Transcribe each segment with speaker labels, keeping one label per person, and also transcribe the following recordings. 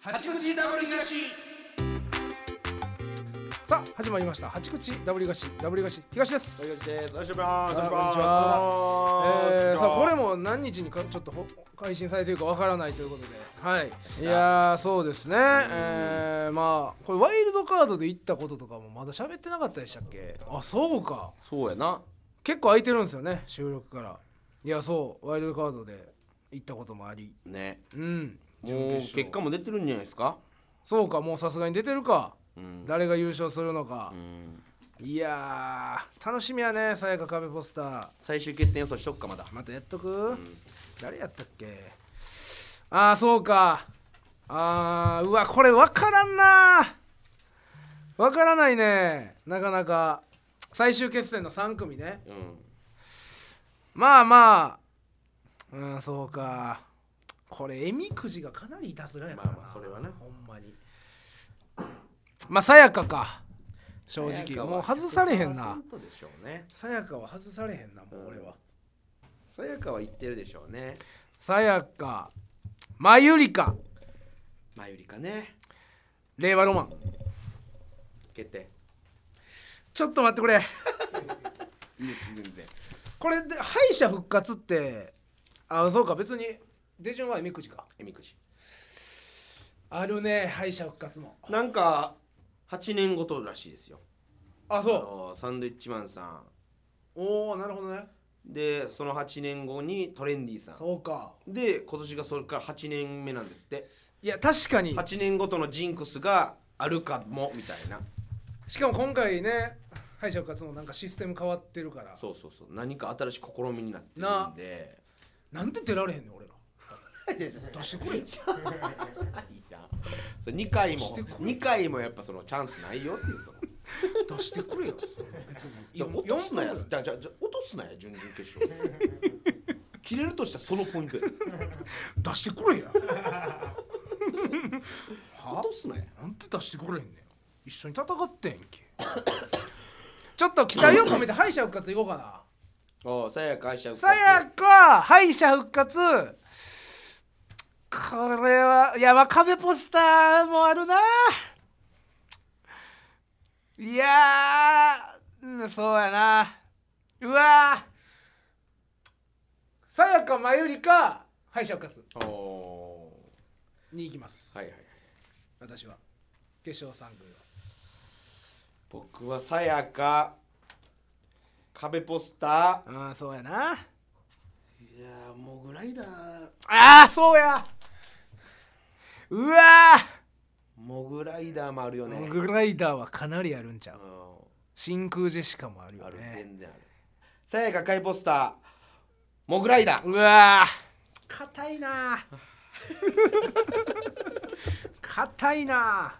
Speaker 1: 八口ダブル東
Speaker 2: さあ始まりました八口ダブリガシダブリガシ東です
Speaker 1: 大丈夫ですお願いしますお願いします
Speaker 2: えー、さあこれも何日にかちょっとほ配信されてるかわからないということで、はい、いやーそうですね、えー、まあこれワイルドカードで行ったこととかもまだ喋ってなかったでしたっけあそうか
Speaker 1: そうやな
Speaker 2: 結構空いてるんですよね収録からいやそうワイルドカードで行ったこともあり
Speaker 1: ね
Speaker 2: うん準
Speaker 1: もう
Speaker 2: 決勝
Speaker 1: 結果も出てるんじゃないですか
Speaker 2: そうかもうさすがに出てるか、誰が優勝するのか、いやー楽しみやねさやか壁ポスター
Speaker 1: 最終決戦予想しとくかまだ
Speaker 2: またやっとく、誰やったっけああそうかあーうわこれ分からんな分からないねなかなか最終決戦の3組ね
Speaker 1: うん
Speaker 2: まあまあうんそうかこれえみくじがかなりいたずらやからな、
Speaker 1: まあまあそれはね
Speaker 2: ほんまにまあさやかか正
Speaker 1: 早
Speaker 2: 直
Speaker 1: 川
Speaker 2: もう外されへんな
Speaker 1: 100%でしょうね
Speaker 2: さやかは外されへんなもう俺は、
Speaker 1: さやかは言ってるでしょうね
Speaker 2: さやかまゆりか
Speaker 1: まゆりかね
Speaker 2: 令和ロマン
Speaker 1: 決定
Speaker 2: ちょっと待ってこれ
Speaker 1: いいです全然
Speaker 2: これで敗者復活ってあそうか別に出順はえみくじか
Speaker 1: えみくじ
Speaker 2: あるね敗者復活も
Speaker 1: なんか8年ごとらしいですよ
Speaker 2: あ
Speaker 1: あ
Speaker 2: そ
Speaker 1: のサンドイッチマンさ
Speaker 2: うおおなるほどね
Speaker 1: んでその8年後にトレンディさん
Speaker 2: そうか
Speaker 1: で今年がそれから8年目なんですって
Speaker 2: いや確かに
Speaker 1: 8年ごとのジンクスがあるかもみたいな
Speaker 2: しかも今回ね敗者復活もなんかシステム変わってるから
Speaker 1: そうそうそう何か新しい試みになってるんで
Speaker 2: なんで出られへんね ん俺ら出してくれ
Speaker 1: い
Speaker 2: よ
Speaker 1: いな それ2回も
Speaker 2: してこい
Speaker 1: 2回もやっぱそのチャンスないよっていうその
Speaker 2: 出してくれよ別に
Speaker 1: いや落とすなや
Speaker 2: 四
Speaker 1: じゃあじゃあじゃあ落とすなや準々決 勝切れるとしたらそのポイントや
Speaker 2: 分出してく れやは
Speaker 1: 落とすなや
Speaker 2: なんて出してくれんねん一緒に戦ってん けちょっと期待を込めて敗者復活いこうか な
Speaker 1: おうさやか愛しちゃう
Speaker 2: さやか敗者復活これはいや若壁ポスターもあるないやーうんそうやなうわーさやかまゆりか敗者復活
Speaker 1: おお
Speaker 2: に行きます、
Speaker 1: ーはいはい
Speaker 2: 私は決勝3組は
Speaker 1: 僕はさやか壁ポスタ
Speaker 2: ああそうやな
Speaker 1: ーいやーもうグライダー
Speaker 2: ああそうやうわ
Speaker 1: モグライダーもあるよ
Speaker 2: ー
Speaker 1: ね
Speaker 2: モグライダーはかなりあるんちゃう
Speaker 1: う
Speaker 2: 真空ジェシカもある
Speaker 1: ん
Speaker 2: よ
Speaker 1: ある、
Speaker 2: ね
Speaker 1: 全然あるさやか赤いポスターモグライダー
Speaker 2: うわー硬いな 硬いな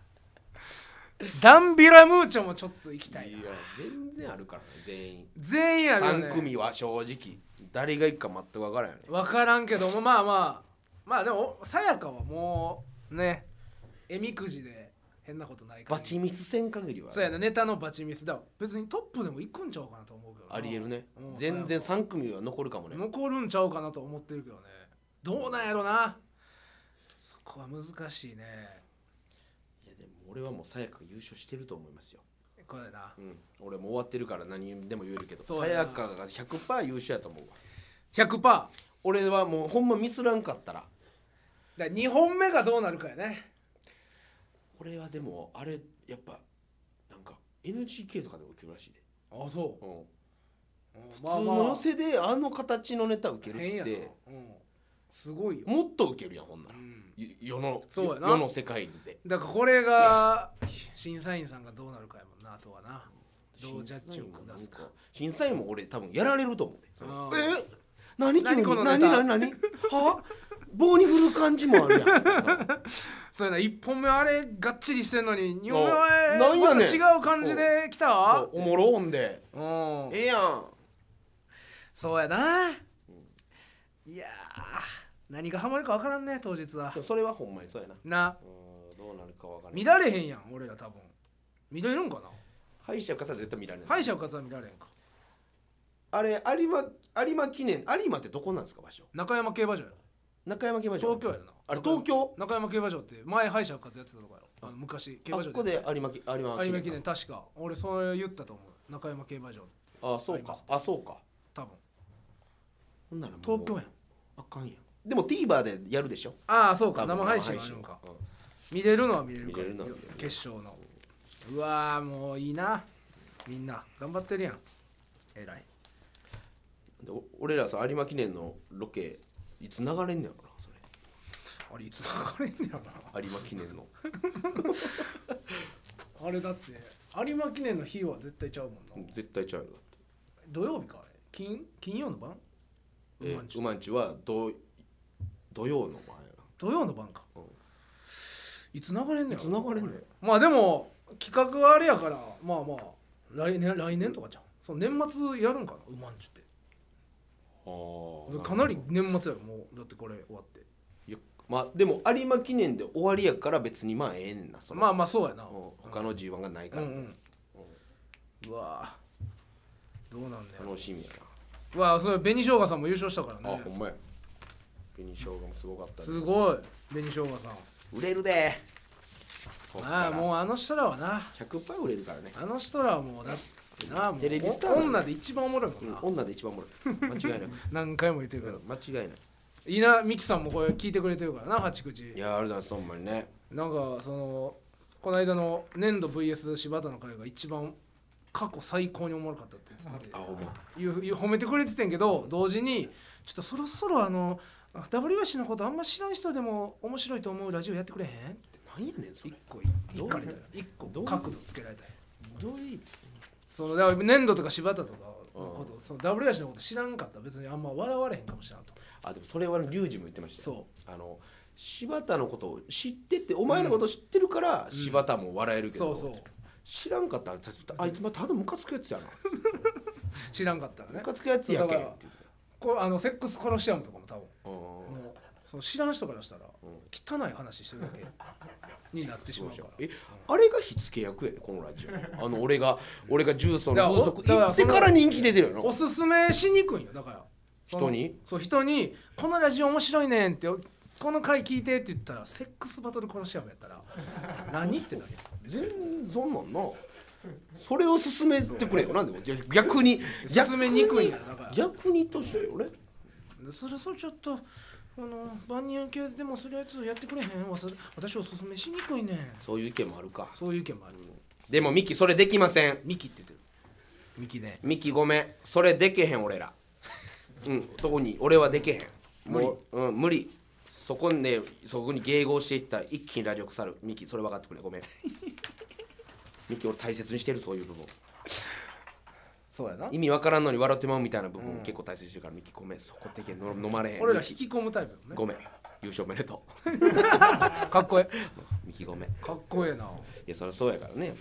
Speaker 2: ダンビラムーチョもちょっと行きた
Speaker 1: い
Speaker 2: いな
Speaker 1: や全然あるからね全員
Speaker 2: 全員あるよね
Speaker 1: 3組は正直誰がいくか全く分からんよね
Speaker 2: 分からんけどもまあまあまあでもさやかはもうねえみくじで変なことないから
Speaker 1: バチミス戦限りは
Speaker 2: そうやなネタのバチミスだ別にトップでも行くんちゃうかなと思うけどな
Speaker 1: ありえるね
Speaker 2: うん
Speaker 1: 全然3組は残るかもね
Speaker 2: 残るんちゃうかなと思ってるけどねどうなんやろなそこは難しいね
Speaker 1: いやでも俺はもうさやか優勝してると思いますよ
Speaker 2: これな
Speaker 1: うん俺もう終わってるから何でも言えるけど
Speaker 2: そう
Speaker 1: さ
Speaker 2: や
Speaker 1: や
Speaker 2: な
Speaker 1: かが100%優勝やと思うわ
Speaker 2: 100%だか
Speaker 1: 俺はもうほんまミスらんかったら
Speaker 2: ら2本目がどうなるかやね
Speaker 1: 俺はでもあれやっぱなんか NGK とかでも受けるらしいで、
Speaker 2: あそ
Speaker 1: うん
Speaker 2: う
Speaker 1: 普通の寄せであの形のネタ受ける
Speaker 2: 変
Speaker 1: っ
Speaker 2: やな、
Speaker 1: て
Speaker 2: うん、すごいよ、
Speaker 1: もっと受けるやんほんなら、
Speaker 2: うん
Speaker 1: ゆ世の
Speaker 2: そうやな
Speaker 1: 世の世界で
Speaker 2: だからこれが審査員さんがどうなるかやもんなあとはなどうジャッジを下すか
Speaker 1: 審査員も俺多分やられると思うでその
Speaker 2: あー
Speaker 1: え何急に
Speaker 2: 何このネ
Speaker 1: 何
Speaker 2: タ
Speaker 1: 何何は棒に振る感じもあるやん
Speaker 2: そうやな1本目あれがっちりしてんのに2本目
Speaker 1: そう
Speaker 2: は
Speaker 1: なんやねん
Speaker 2: また違う感じで来た
Speaker 1: そ
Speaker 2: わ
Speaker 1: うおもろほんで
Speaker 2: うん
Speaker 1: ええやん
Speaker 2: そうやな、いやー何がハマるか分からんね当日は
Speaker 1: でもそれはほんまにそうやな
Speaker 2: な
Speaker 1: うんどうなるかわから
Speaker 2: 見
Speaker 1: ん
Speaker 2: られへんやん俺ら多分見られるんかな
Speaker 1: 敗者かさ絶対見られない
Speaker 2: 敗者復活は見られへんか
Speaker 1: あれ有馬有馬記念有馬ってどこなんですか場所
Speaker 2: 中山競馬場やろ
Speaker 1: 中山競馬場
Speaker 2: 東京やろな
Speaker 1: あれ東京
Speaker 2: 中山競馬場って前敗者復活やってたとかやろあの昔
Speaker 1: あ
Speaker 2: 競馬
Speaker 1: っ
Speaker 2: 場
Speaker 1: こで有馬記有馬
Speaker 2: 有馬記念確か俺それ言ったと思う中山競馬場
Speaker 1: あそうかあそうか
Speaker 2: 多分
Speaker 1: ほんならもう
Speaker 2: 東京やん
Speaker 1: あかんやんでも TVer でやるでしょ
Speaker 2: ああそうか
Speaker 1: 多分
Speaker 2: 生配信あるんか
Speaker 1: 生配信
Speaker 2: 見れるのは見れるか
Speaker 1: 見れるのは見れる
Speaker 2: 決勝のうわーもういいなみんな頑張ってるやんえらい
Speaker 1: うんでお俺らさ有馬記念のロケいつ流れんねやろなそれ
Speaker 2: あれいつ流れんねやろ
Speaker 1: 有馬記念の
Speaker 2: なあれだって有馬記念の日は絶対ちゃうもんな
Speaker 1: 絶対ちゃうよだって
Speaker 2: 土曜日かあれ金金曜の晩
Speaker 1: えー
Speaker 2: うまんちゅ
Speaker 1: うまんちゅは土土曜の前や
Speaker 2: 土曜の晩か
Speaker 1: うん
Speaker 2: いつ流れんねやろ
Speaker 1: いつ流れんのよ
Speaker 2: まあでも企画はあれやからまあまあ来年来年とかじゃんその年末やるんかなうまんちゅって
Speaker 1: な
Speaker 2: かなり年末やろもうだってこれ終わって
Speaker 1: いやまあでも有馬記念で終わりやから別にまあええねんなそれ
Speaker 2: まあまあそうやな
Speaker 1: うん他の G1 がないか
Speaker 2: う
Speaker 1: ら、
Speaker 2: んうんうわーどうなんだよ
Speaker 1: 楽しみや
Speaker 2: うわーそれ紅生姜さんも優勝したから
Speaker 1: な、あほ
Speaker 2: ね
Speaker 1: んまや紅生姜もすごかったです
Speaker 2: ごい紅生姜さん
Speaker 1: 売れるで
Speaker 2: ああ
Speaker 1: う
Speaker 2: もうあの人らはな
Speaker 1: 100%売れるからね、
Speaker 2: あの人らはもうだってなもう
Speaker 1: テレビスター
Speaker 2: お
Speaker 1: だね
Speaker 2: 女で一番おもろいも
Speaker 1: うんん
Speaker 2: な、
Speaker 1: 女で一番おもろ い間違いない
Speaker 2: 何回も言ってるけ
Speaker 1: う
Speaker 2: ど
Speaker 1: ん間違いない
Speaker 2: いいな美樹さんもこれ聞いてくれてるからな八口
Speaker 1: いやあれだそんまにね
Speaker 2: なんかそのこの間の粘土 VS 柴田の会が一番過去最高におもろかったって言ってて
Speaker 1: あほんま
Speaker 2: 言う言う褒めてくれててんけど同時にちょっとそろそろあの W 氏のことあんま知らん人でも面白いと思うラジオやってくれへんって
Speaker 1: なんやねんそれ
Speaker 2: 一個い一かれたよ一個
Speaker 1: どういう
Speaker 2: 角度つけられたよ
Speaker 1: どういう
Speaker 2: そのだから粘土とか柴田とかのことその W 氏のこと知らんかったら別にあんま笑われへんかもしれんと
Speaker 1: あでもそれはリュウジも言ってましたよ
Speaker 2: そ
Speaker 1: あの柴田のことを知っててお前のこと知ってるから、柴田も笑える
Speaker 2: う
Speaker 1: けど、
Speaker 2: そうそう
Speaker 1: 知らんかったらあいつまただムカつくやつやな
Speaker 2: 知らんかったらね
Speaker 1: ムカつくやつやけん
Speaker 2: だから
Speaker 1: って言って
Speaker 2: こうあのセックスコロシアムとかも多分
Speaker 1: たうん
Speaker 2: もうその知らん人からしたら汚い話してるだけになってし
Speaker 1: そ
Speaker 2: ま
Speaker 1: う
Speaker 2: うか
Speaker 1: じゃん
Speaker 2: ら。
Speaker 1: えあれが火付け役やでこのラジオあの俺が俺が重曹の
Speaker 2: だから
Speaker 1: 風俗
Speaker 2: だから
Speaker 1: 行ってから人気出てるよな
Speaker 2: おすすめしにくいんよだからその
Speaker 1: 人に
Speaker 2: そう人に「このラジオ面白いねん」って「この回聞いて」って言ったらセックスバトルコロシアムや ったら「何?」ってなる
Speaker 1: 全然そんなんな それを勧めてくれよなんでいや逆に
Speaker 2: 勧めにくいんやだから
Speaker 1: 逆にとして俺
Speaker 2: やんそれそれちょっとあの万人受けでもするやつやってくれへんわそれ私おすすめしにくいねん
Speaker 1: そういう意見もあるか
Speaker 2: そういう意見もある
Speaker 1: でもミキそれできません
Speaker 2: ミキって言ってるミキね
Speaker 1: ミキごめんそれでけへん俺らうんそこに俺はでけへん無理うん無理そこにねそこに迎合していったら一気にラジオ腐るミキそれ分かってくれごめんミキ俺大切にしてるそういう部分
Speaker 2: そうやな
Speaker 1: 意味わからんのに笑ってまうみたいな部分結構大切にしてるから、ミキごめんそこでけへんの飲まれへん
Speaker 2: 俺ら
Speaker 1: ミ
Speaker 2: 引
Speaker 1: キ
Speaker 2: き込むタイプよね
Speaker 1: ごめん優勝おめでとう
Speaker 2: かっこえ
Speaker 1: ミキごめんい
Speaker 2: えかっこええな
Speaker 1: やそりゃそうやからねやっ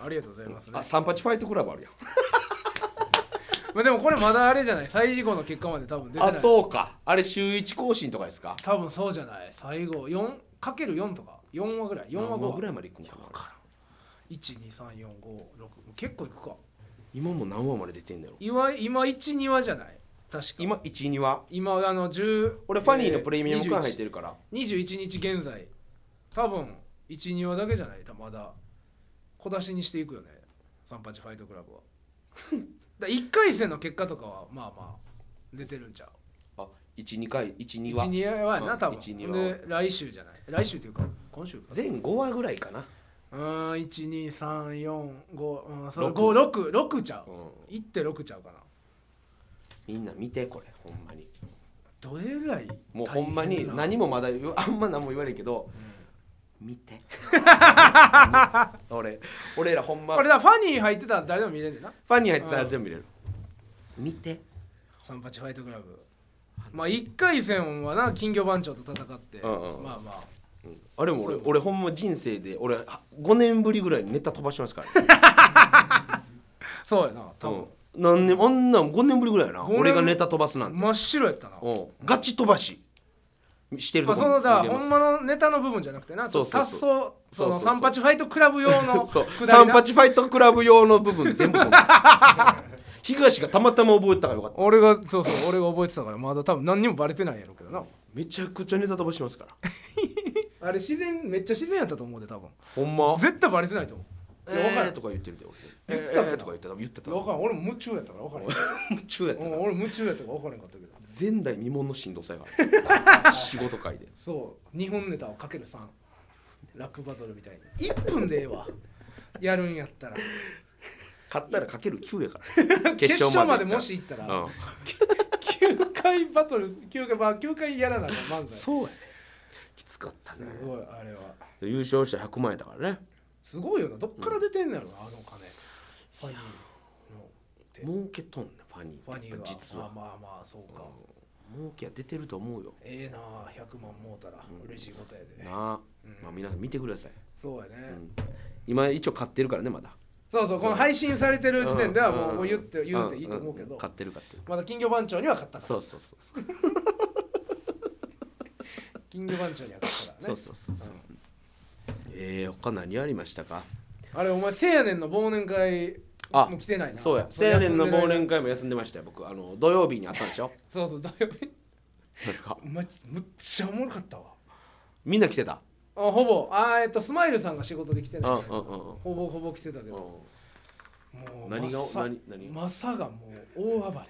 Speaker 1: ぱ、
Speaker 2: ありがとうございます
Speaker 1: うん、
Speaker 2: ね
Speaker 1: あ三八ファイトクラブあるやん
Speaker 2: まあでもこれまだあれじゃない最後の結果まで多分出てない
Speaker 1: あそうかあれ週一更新とかですか
Speaker 2: 多分そうじゃない最後 4×4 とか4話ぐらい4話
Speaker 1: 何話
Speaker 2: 5
Speaker 1: ぐらい
Speaker 2: 話
Speaker 1: までいくんかな
Speaker 2: 12345結構いくか
Speaker 1: 今も何話まで出てんだろ
Speaker 2: 今今12話じゃない確か
Speaker 1: 今12話
Speaker 2: 今あの10
Speaker 1: 俺ファニーのプレミアム感入ってるから、
Speaker 2: 21日現在多分12話だけじゃない多分まだ小出しにしていくよね38ファイト クラブはだ1回戦の結果とかはまあまあ出てるんちゃう
Speaker 1: あ12回12話
Speaker 2: 12話やな多分
Speaker 1: 12話
Speaker 2: で来週じゃない来週っていうか今週か
Speaker 1: 全5話ぐらいかな
Speaker 2: うーん12345うんそれ
Speaker 1: 六
Speaker 2: 566ちゃう、
Speaker 1: うん
Speaker 2: 1.6ちゃうかな
Speaker 1: みんな見てこれほんまに
Speaker 2: どえらい
Speaker 1: もうほんまに
Speaker 2: 大変な
Speaker 1: 何もまだ言うあんま何も言われんけど、見て 俺俺らほんま
Speaker 2: これ
Speaker 1: フ
Speaker 2: だファニー入ってたら誰でも見れんねんな
Speaker 1: ァンに入ったら全部見れる、見て
Speaker 2: 38ファイトクラブまあ1回戦はな金魚番長と戦って、
Speaker 1: うんうん
Speaker 2: まあまあ
Speaker 1: あれも
Speaker 2: そ
Speaker 1: 俺
Speaker 2: う
Speaker 1: 俺ほんま人生で俺5年ぶりぐらいにネタ飛ばしてますから、ね、
Speaker 2: そうやな 多分、
Speaker 1: うん何年あんなん5年ぶりぐらいやな
Speaker 2: 五年
Speaker 1: 俺がネタ飛ばすなんて
Speaker 2: 真っ白やったな、
Speaker 1: うんガチ飛ばししてる
Speaker 2: ま
Speaker 1: とこ
Speaker 2: あ、そのだ
Speaker 1: 見れ
Speaker 2: ほ
Speaker 1: ます
Speaker 2: んまのネタの部分じゃなくてなちょっと
Speaker 1: そう
Speaker 2: 達
Speaker 1: そう
Speaker 2: 想
Speaker 1: そう
Speaker 2: そ
Speaker 1: そう
Speaker 2: の
Speaker 1: そうそう
Speaker 2: 38ファイトクラブ 用の
Speaker 1: そう
Speaker 2: くだ
Speaker 1: 三
Speaker 2: りな
Speaker 1: 八ファイトクラブ用の部分全部飛ん だ東がたまたま覚えてたからよかった
Speaker 2: 俺がそうそう俺が覚えてたからまだ多分何にもバレてないやろうけどな
Speaker 1: めちゃくちゃネタ飛ばしますから
Speaker 2: あれ自然めっちゃ自然やったと思うで多分
Speaker 1: ほんま
Speaker 2: 絶対バレてないと思ういや分から
Speaker 1: え
Speaker 2: ん
Speaker 1: ーとか言ってるで俺
Speaker 2: 言って
Speaker 1: え
Speaker 2: たっけ
Speaker 1: ー
Speaker 2: な
Speaker 1: とか言ってた言ってた
Speaker 2: いや分からん俺も夢中やったから分からん
Speaker 1: 夢 中やった
Speaker 2: うん
Speaker 1: な
Speaker 2: 俺夢中やったから分からんかったけど
Speaker 1: 前代未聞のしんどさ が仕事会で
Speaker 2: そう日本ネタをかける3ラップバトルみたいに1分でええわやるんやったら
Speaker 1: 勝ったらかける9やから
Speaker 2: 決勝までも
Speaker 1: 行
Speaker 2: し行った
Speaker 1: っ
Speaker 2: ら、
Speaker 1: たらうん
Speaker 2: 9回バトル9回,、まあ、9回やらなあかん漫才
Speaker 1: そうやねきつかった
Speaker 2: す
Speaker 1: ね
Speaker 2: ごいあれは
Speaker 1: 優勝したら100万円だからね
Speaker 2: すごいよなどっから出てんのやろな、あのお金ファニーので
Speaker 1: 儲けとんねファニー
Speaker 2: ファニーは
Speaker 1: 実は
Speaker 2: まあまあまあそうか、
Speaker 1: 儲けは出てると思うよ
Speaker 2: ええなあ100万もうたら嬉しいことやで、
Speaker 1: なあまあ皆さん見てください
Speaker 2: そうやね、
Speaker 1: 今一応買ってるからねまだ
Speaker 2: そうそうこの配信されてる時点ではもう,、
Speaker 1: ん
Speaker 2: もう言って言うて
Speaker 1: ん
Speaker 2: いいと思うけど、
Speaker 1: ん買ってる買ってる
Speaker 2: まだ金魚番長には勝ったから
Speaker 1: そうそうそうそう
Speaker 2: 金魚番長には勝ったからね
Speaker 1: そうそうそうそうえー、他何ありましたか
Speaker 2: あれお前せやねんの忘年会
Speaker 1: あ
Speaker 2: もう来てないな
Speaker 1: そうや青年の忘年
Speaker 2: 会
Speaker 1: 会も休んでましたよ僕あの土曜日にあったんでしょ
Speaker 2: そうそう土曜日
Speaker 1: なんですか
Speaker 2: まむっちゃおもろかったわ
Speaker 1: みんな来てた
Speaker 2: あほぼあーえっとスマイルさんが仕事で来て
Speaker 1: う
Speaker 2: なんい
Speaker 1: うん
Speaker 2: けどほぼほぼ来てたけ
Speaker 1: うんう
Speaker 2: ど
Speaker 1: ん
Speaker 2: もう
Speaker 1: 何が
Speaker 2: マサ
Speaker 1: 何何
Speaker 2: マサがもう大暴れ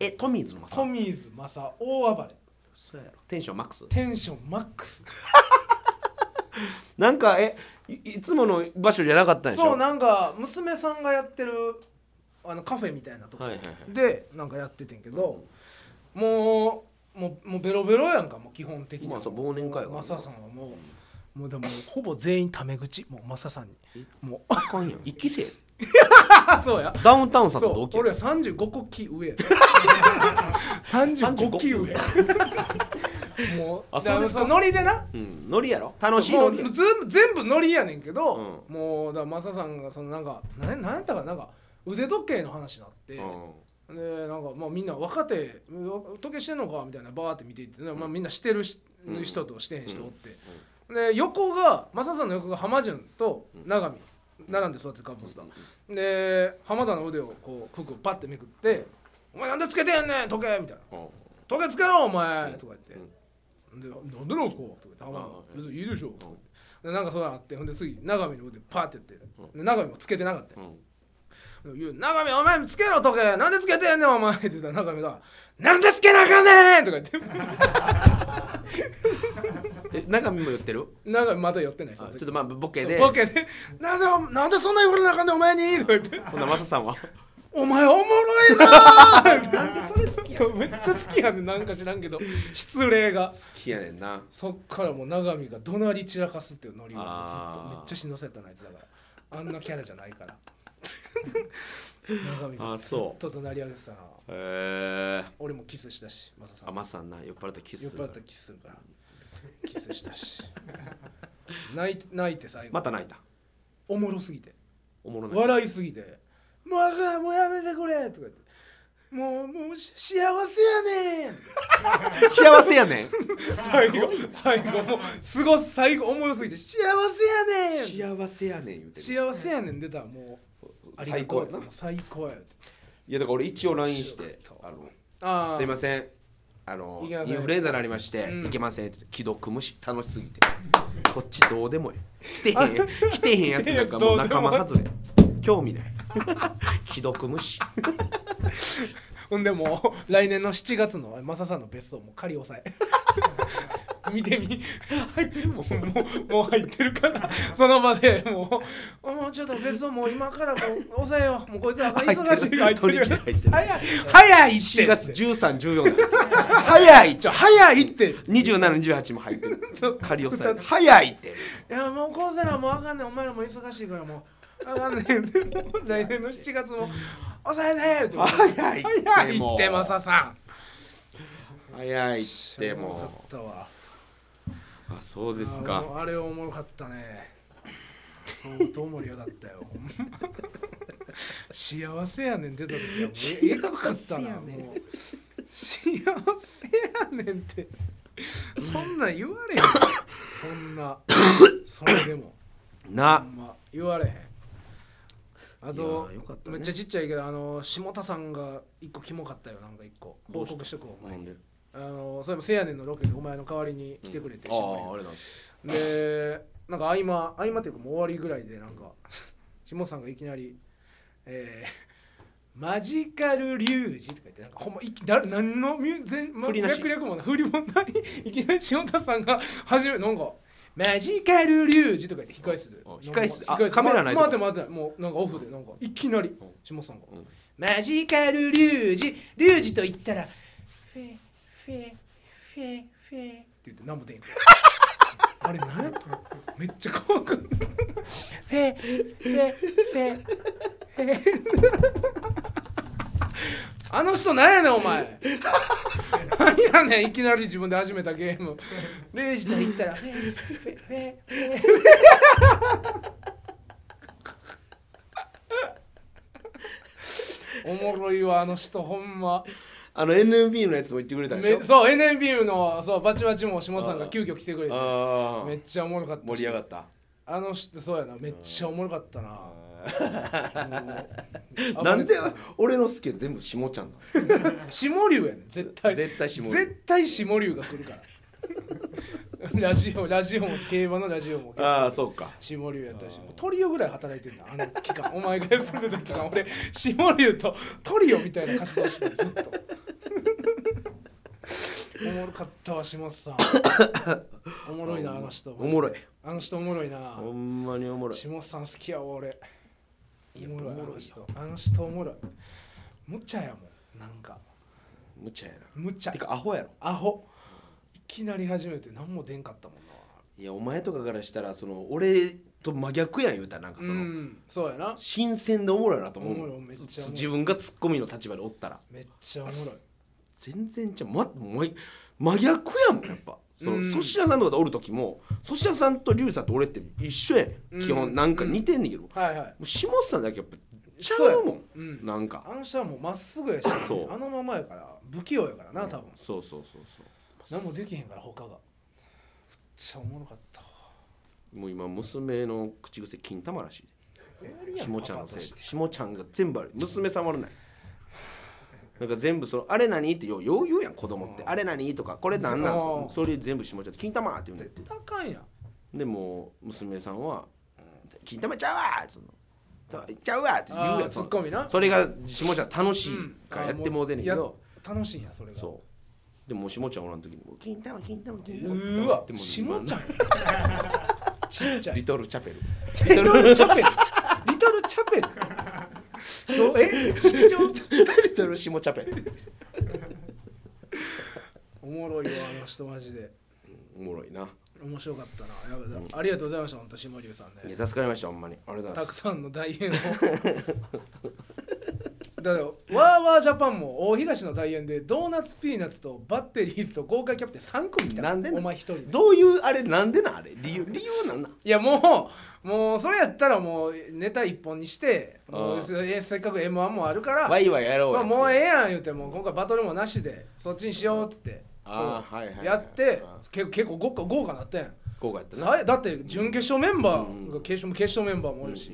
Speaker 1: えトミーズのマサ
Speaker 2: トミーズマサ大暴れ
Speaker 1: そうやろテンションマックス
Speaker 2: テンションマックス
Speaker 1: なんかえいいつもの場所じゃなかったんでしょ
Speaker 2: そうなんか娘さんがやってるあのカフェみたいなとこ
Speaker 1: はいはいはい
Speaker 2: でなんかやっててんけど、もうもうもうベロベロやんかもう基本的には
Speaker 1: まあそう忘年会は
Speaker 2: マサさんはもう、もうでもほぼ全員タメ口もうマサさんにもう
Speaker 1: あかんやん1期生
Speaker 2: あそう や
Speaker 1: ダウンタウンさん
Speaker 2: そ
Speaker 1: と同
Speaker 2: う
Speaker 1: 期
Speaker 2: 俺は35個木 上やで35期上もう
Speaker 1: あそうですか
Speaker 2: だらノリでな
Speaker 1: うんノリやろ楽しい
Speaker 2: も
Speaker 1: ノ
Speaker 2: う
Speaker 1: リ
Speaker 2: 全部全部ノリやねんけど、もうだからマサさんがそのなんかなんなんやったかななんか腕時計の話になって、でなんかまあみんな若手う時計してんのかみたいなバーって見ていって、ねまあ、みんなしてるし、人としてへん人おって、で横がマサさんの横が浜潤と永見並んで座ってるカップスター、で浜田の腕をこう服をパッてめくって「お前なんでつけてんねん時計」みたいな「時計つけろお前」とか言って。でなんでなんすか?」とか言って「浜田
Speaker 1: うん
Speaker 2: 別にいいでしょ」とか言ってでなんかそうなってほんで次永見の腕パーってやってで永見もつけてなかったよ言う長見お前つけろ時計なんでつけてんねんお前って言ったら長見が「なんでつけなあかんねん!」とか言って
Speaker 1: え中身も寄ってる
Speaker 2: 長見また寄ってない
Speaker 1: ち
Speaker 2: そ
Speaker 1: ょ
Speaker 2: の
Speaker 1: っ
Speaker 2: 時
Speaker 1: とまあボケ
Speaker 2: そう
Speaker 1: で
Speaker 2: ボケで「なんでおなんでそんな言われなあかんねんお前に」とか言って
Speaker 1: ほんなマサさんは
Speaker 2: 「お前おもろいなーなんでそれ好きやめっちゃ好きやねんなんか知らんけど失礼が
Speaker 1: 好きやねんな
Speaker 2: そっからもう永見が怒鳴り散らかすっていうノリをずっ
Speaker 1: あー
Speaker 2: とめっちゃしのせたなあいつだからあんなキャラじゃない から永見が
Speaker 1: あ
Speaker 2: ずっ
Speaker 1: そう
Speaker 2: と怒鳴り上げてたな
Speaker 1: へえ
Speaker 2: 俺もキスしたしマサさん
Speaker 1: あ
Speaker 2: も
Speaker 1: マサさんな酔っ払ったらキス
Speaker 2: 酔っ
Speaker 1: する
Speaker 2: 払ったらキスするからキスしたし泣いて泣いて最後、
Speaker 1: また泣いた
Speaker 2: おもろすぎて
Speaker 1: おもろない
Speaker 2: 笑いすぎて「もうあかんもうやめてくれ」とか言って「もうもうし幸せやねん」
Speaker 1: 幸せやねん
Speaker 2: 最後最後もうすごい最後おもろすぎて「幸せやねん」
Speaker 1: 幸せやねん言うてる
Speaker 2: 幸せやねん出たらもうありが
Speaker 1: 最
Speaker 2: と
Speaker 1: 高
Speaker 2: う
Speaker 1: やない
Speaker 2: もう最高や
Speaker 1: やだから俺一応 LINE してあの
Speaker 2: あ
Speaker 1: すいませんあの
Speaker 2: い
Speaker 1: イ
Speaker 2: けません
Speaker 1: ンフルエンザになりまして、
Speaker 2: うん
Speaker 1: いけませんって既読無視楽しすぎてこっちどうでもええ来てへん来てへんやつなんかもう仲間外れ興味ない既読無視
Speaker 2: ほんでもう 来年の7月のマサさんの別荘もう仮押さえ 見てみ入ってるもうもうもう入ってるからその場でもうあもうちょっと別荘もう今からもう押さえようもうこいつは忙しいから
Speaker 1: 入ってる
Speaker 2: 入って
Speaker 1: 取り切れ入
Speaker 2: 早い早いって
Speaker 1: 7月1314早い
Speaker 2: ちょ早いって
Speaker 1: 2728も入 ってる
Speaker 2: そう
Speaker 1: 仮押さえ早いって
Speaker 2: いやもうこうせなもうあかんねんお前らも忙しいからもうあかんねんでもう来年の7月も抑えてって
Speaker 1: 早いって
Speaker 2: 早い
Speaker 1: も
Speaker 2: っ
Speaker 1: う
Speaker 2: てマサさん
Speaker 1: 早いっても
Speaker 2: うあ
Speaker 1: うあそうです
Speaker 2: ーも
Speaker 1: か
Speaker 2: うあれはおもろかったね相当盛り上がったよ ほんま幸せやねん出た時はもうええかかったなもう幸せやねんってそんなん言われへんそんなそれでもほ
Speaker 1: なん
Speaker 2: ま言われへんあ
Speaker 1: い、
Speaker 2: と
Speaker 1: やよかったね
Speaker 2: めっちゃちっちゃいけどあの下田さんが一個キモかったよなんか一個報告しとくお
Speaker 1: な
Speaker 2: 前
Speaker 1: んで
Speaker 2: あののそれもせやねんのロケでお前の代わりに来てくれて、
Speaker 1: あああれなんです
Speaker 2: でなんか合間合間っていうかもう終わりぐらいでなんか下本さんがいきなり「えー、マジカルリュウジ」とか言ってなんかほんまいき誰何のミュ全
Speaker 1: 振りなし
Speaker 2: 略略もない振 りもないいきなり下田さんが初めなんか「マジカルリュウジ」とか言って控え室で
Speaker 1: あ控え室あ
Speaker 2: なんか控
Speaker 1: カメラないと
Speaker 2: ま
Speaker 1: こ
Speaker 2: 待って待ってもうなんかオフでなんかいきなり
Speaker 1: ん
Speaker 2: 下本さんが
Speaker 1: うん
Speaker 2: 「マジカルリュウジリュウジ」と言ったら「フェフェフェフェ」って言って何も出 んくるあれ何やったのめっちゃ怖くなるフェフェフェフェあの人なんやねんお前何やねんいきなり自分で始めたゲームレイジと言ったらフェフェフェフェおもろいわあの人ほんま
Speaker 1: あの NMB のやつも言ってくれたでしょ
Speaker 2: めそう NMB のそうバチバチも下さんが急遽来てくれて
Speaker 1: あ
Speaker 2: めっ
Speaker 1: あ
Speaker 2: ちゃおもろかったし
Speaker 1: 盛り上がった
Speaker 2: あの人そうやなめっちゃおもろかったなうん
Speaker 1: なんで俺の好き全部下ちゃんなの
Speaker 2: 下流やねん絶対
Speaker 1: 絶対下流
Speaker 2: 絶対下流が来るからラジオラジオも競馬のラジオも
Speaker 1: ああそうか
Speaker 2: 下流やったしもうトリオぐらい働いてんだあの期 間お前が休んでた期間俺下流とトリオみたいな活動してたず っとおもろかったわ下 津さんおもろいなあの人
Speaker 1: おもろい
Speaker 2: あの人おもろいな
Speaker 1: ほんまにおもろい
Speaker 2: 下津さん好きやわ俺
Speaker 1: いや
Speaker 2: おもろい
Speaker 1: おもろ
Speaker 2: あの
Speaker 1: いよ
Speaker 2: 人あの人おもろいむちゃやもんなんか
Speaker 1: むちゃや
Speaker 2: むち
Speaker 1: な
Speaker 2: ゃ
Speaker 1: てかアホやろ
Speaker 2: アホいきなり初めて何も出んかったもんない
Speaker 1: やお前とかからしたらその俺と真逆やん言うたらなんかそうの、
Speaker 2: んそうやな
Speaker 1: 新鮮でおもろいなと思
Speaker 2: おもろ
Speaker 1: う
Speaker 2: いめっちゃおもろい
Speaker 1: 自分がツッコミの立場でおったら
Speaker 2: めっちゃお もろい
Speaker 1: 全然ちゃう、ま、もう真逆やもんやっぱその
Speaker 2: うん
Speaker 1: 粗品さんとかでおる時も粗品さんとリュウさんと俺って一緒やねん、
Speaker 2: うん
Speaker 1: 基本なんか似てんねんけど、も
Speaker 2: はいはいう
Speaker 1: 下津さんだけやっぱちゃうもん、
Speaker 2: そうやうん
Speaker 1: なんか
Speaker 2: あの人はもうまっすぐやし
Speaker 1: そう
Speaker 2: あのままやから不器用やからな多分
Speaker 1: そうそうそうそう
Speaker 2: 何もできへんから他がめっちゃおもろかったわ
Speaker 1: もう今娘の口癖金玉らしいで
Speaker 2: やん
Speaker 1: 下ちゃんの
Speaker 2: パパ
Speaker 1: せい
Speaker 2: と
Speaker 1: で
Speaker 2: して
Speaker 1: 下ちゃんが全部ある娘さんはあるないなんか全部そのあれ何ってようよう言うやん子供ってあれ何とかこれ何なん
Speaker 2: そう
Speaker 1: それ全部下ちゃん金玉って言うんだっ
Speaker 2: 絶
Speaker 1: て
Speaker 2: 対あかんやん
Speaker 1: でもう娘さんは「金玉ちゃうわ!」っつうの「ちゃうわ!」って言う
Speaker 2: あ
Speaker 1: や
Speaker 2: ー
Speaker 1: ん
Speaker 2: ツッコミな
Speaker 1: それが下ちゃん楽しいからやってもうてんねんけ
Speaker 2: あーも
Speaker 1: ど
Speaker 2: うや楽しいんやそれが
Speaker 1: そうでもう下ちゃんおらん時にもう「金玉金玉金玉」
Speaker 2: うーわ
Speaker 1: でも
Speaker 2: 下 ちゃんちっちゃ
Speaker 1: リ
Speaker 2: い
Speaker 1: トルチャペル
Speaker 2: リトルチャペルリトルチャペル今日 え史上
Speaker 1: リトル下チャペル
Speaker 2: おもろいわあの人マジで
Speaker 1: おもろいな
Speaker 2: 面白かったなやべだありがとうございました本当下流さん
Speaker 1: い
Speaker 2: ね
Speaker 1: や助かりましたほんまにありがとうございま
Speaker 2: たく
Speaker 1: す
Speaker 2: さんの大 演をだよワーワージャパンも大東の大演でドーナツピーナッツとバッテリーズと豪華キャプテン3組来た
Speaker 1: なんでな
Speaker 2: お前一人で
Speaker 1: どういうあれなんでなあれ理由理由なんなん
Speaker 2: いやもうもうそれやったらもうネタ一本にして
Speaker 1: あ
Speaker 2: もう
Speaker 1: あ
Speaker 2: せせっかく m 1もあるから
Speaker 1: ワイワイやろう
Speaker 2: そうもう
Speaker 1: え
Speaker 2: ええやん言うてもう今回バトルもなしでそっちにしようっつって
Speaker 1: ああ
Speaker 2: そう
Speaker 1: はいはいはい
Speaker 2: やって
Speaker 1: ああ
Speaker 2: け結構豪華豪華なってん
Speaker 1: こうやってな
Speaker 2: さえだって準決勝メンバーが決勝も決勝メンバーもおるし、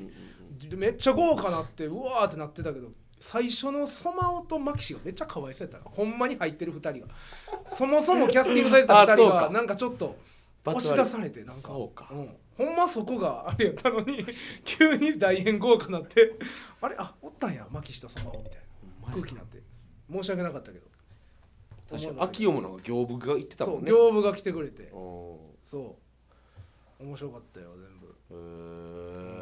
Speaker 2: でめっちゃ豪華なってうわーってなってたけど最初のソマオとマキシがめっちゃかわいそうやったなほんまに入ってる2人がそもそもキャスティングされてた2
Speaker 1: あそ
Speaker 2: 人
Speaker 1: う
Speaker 2: が
Speaker 1: か
Speaker 2: なんかちょっと
Speaker 1: バ
Speaker 2: 押
Speaker 1: ツ
Speaker 2: し
Speaker 1: 割
Speaker 2: 出
Speaker 1: り
Speaker 2: されてなんか
Speaker 1: そうか
Speaker 2: ん、ほんまそこがあれやったのに 急に大変豪華なってあれあおったんやマキシとソマオみたいな空気になって申し訳なかったけど
Speaker 1: 確かに秋読むのが行部が言ってた
Speaker 2: そ
Speaker 1: も
Speaker 2: うん
Speaker 1: ね
Speaker 2: 行部が来てくれて
Speaker 1: お
Speaker 2: そう面白かったよ全部。
Speaker 1: ーへえ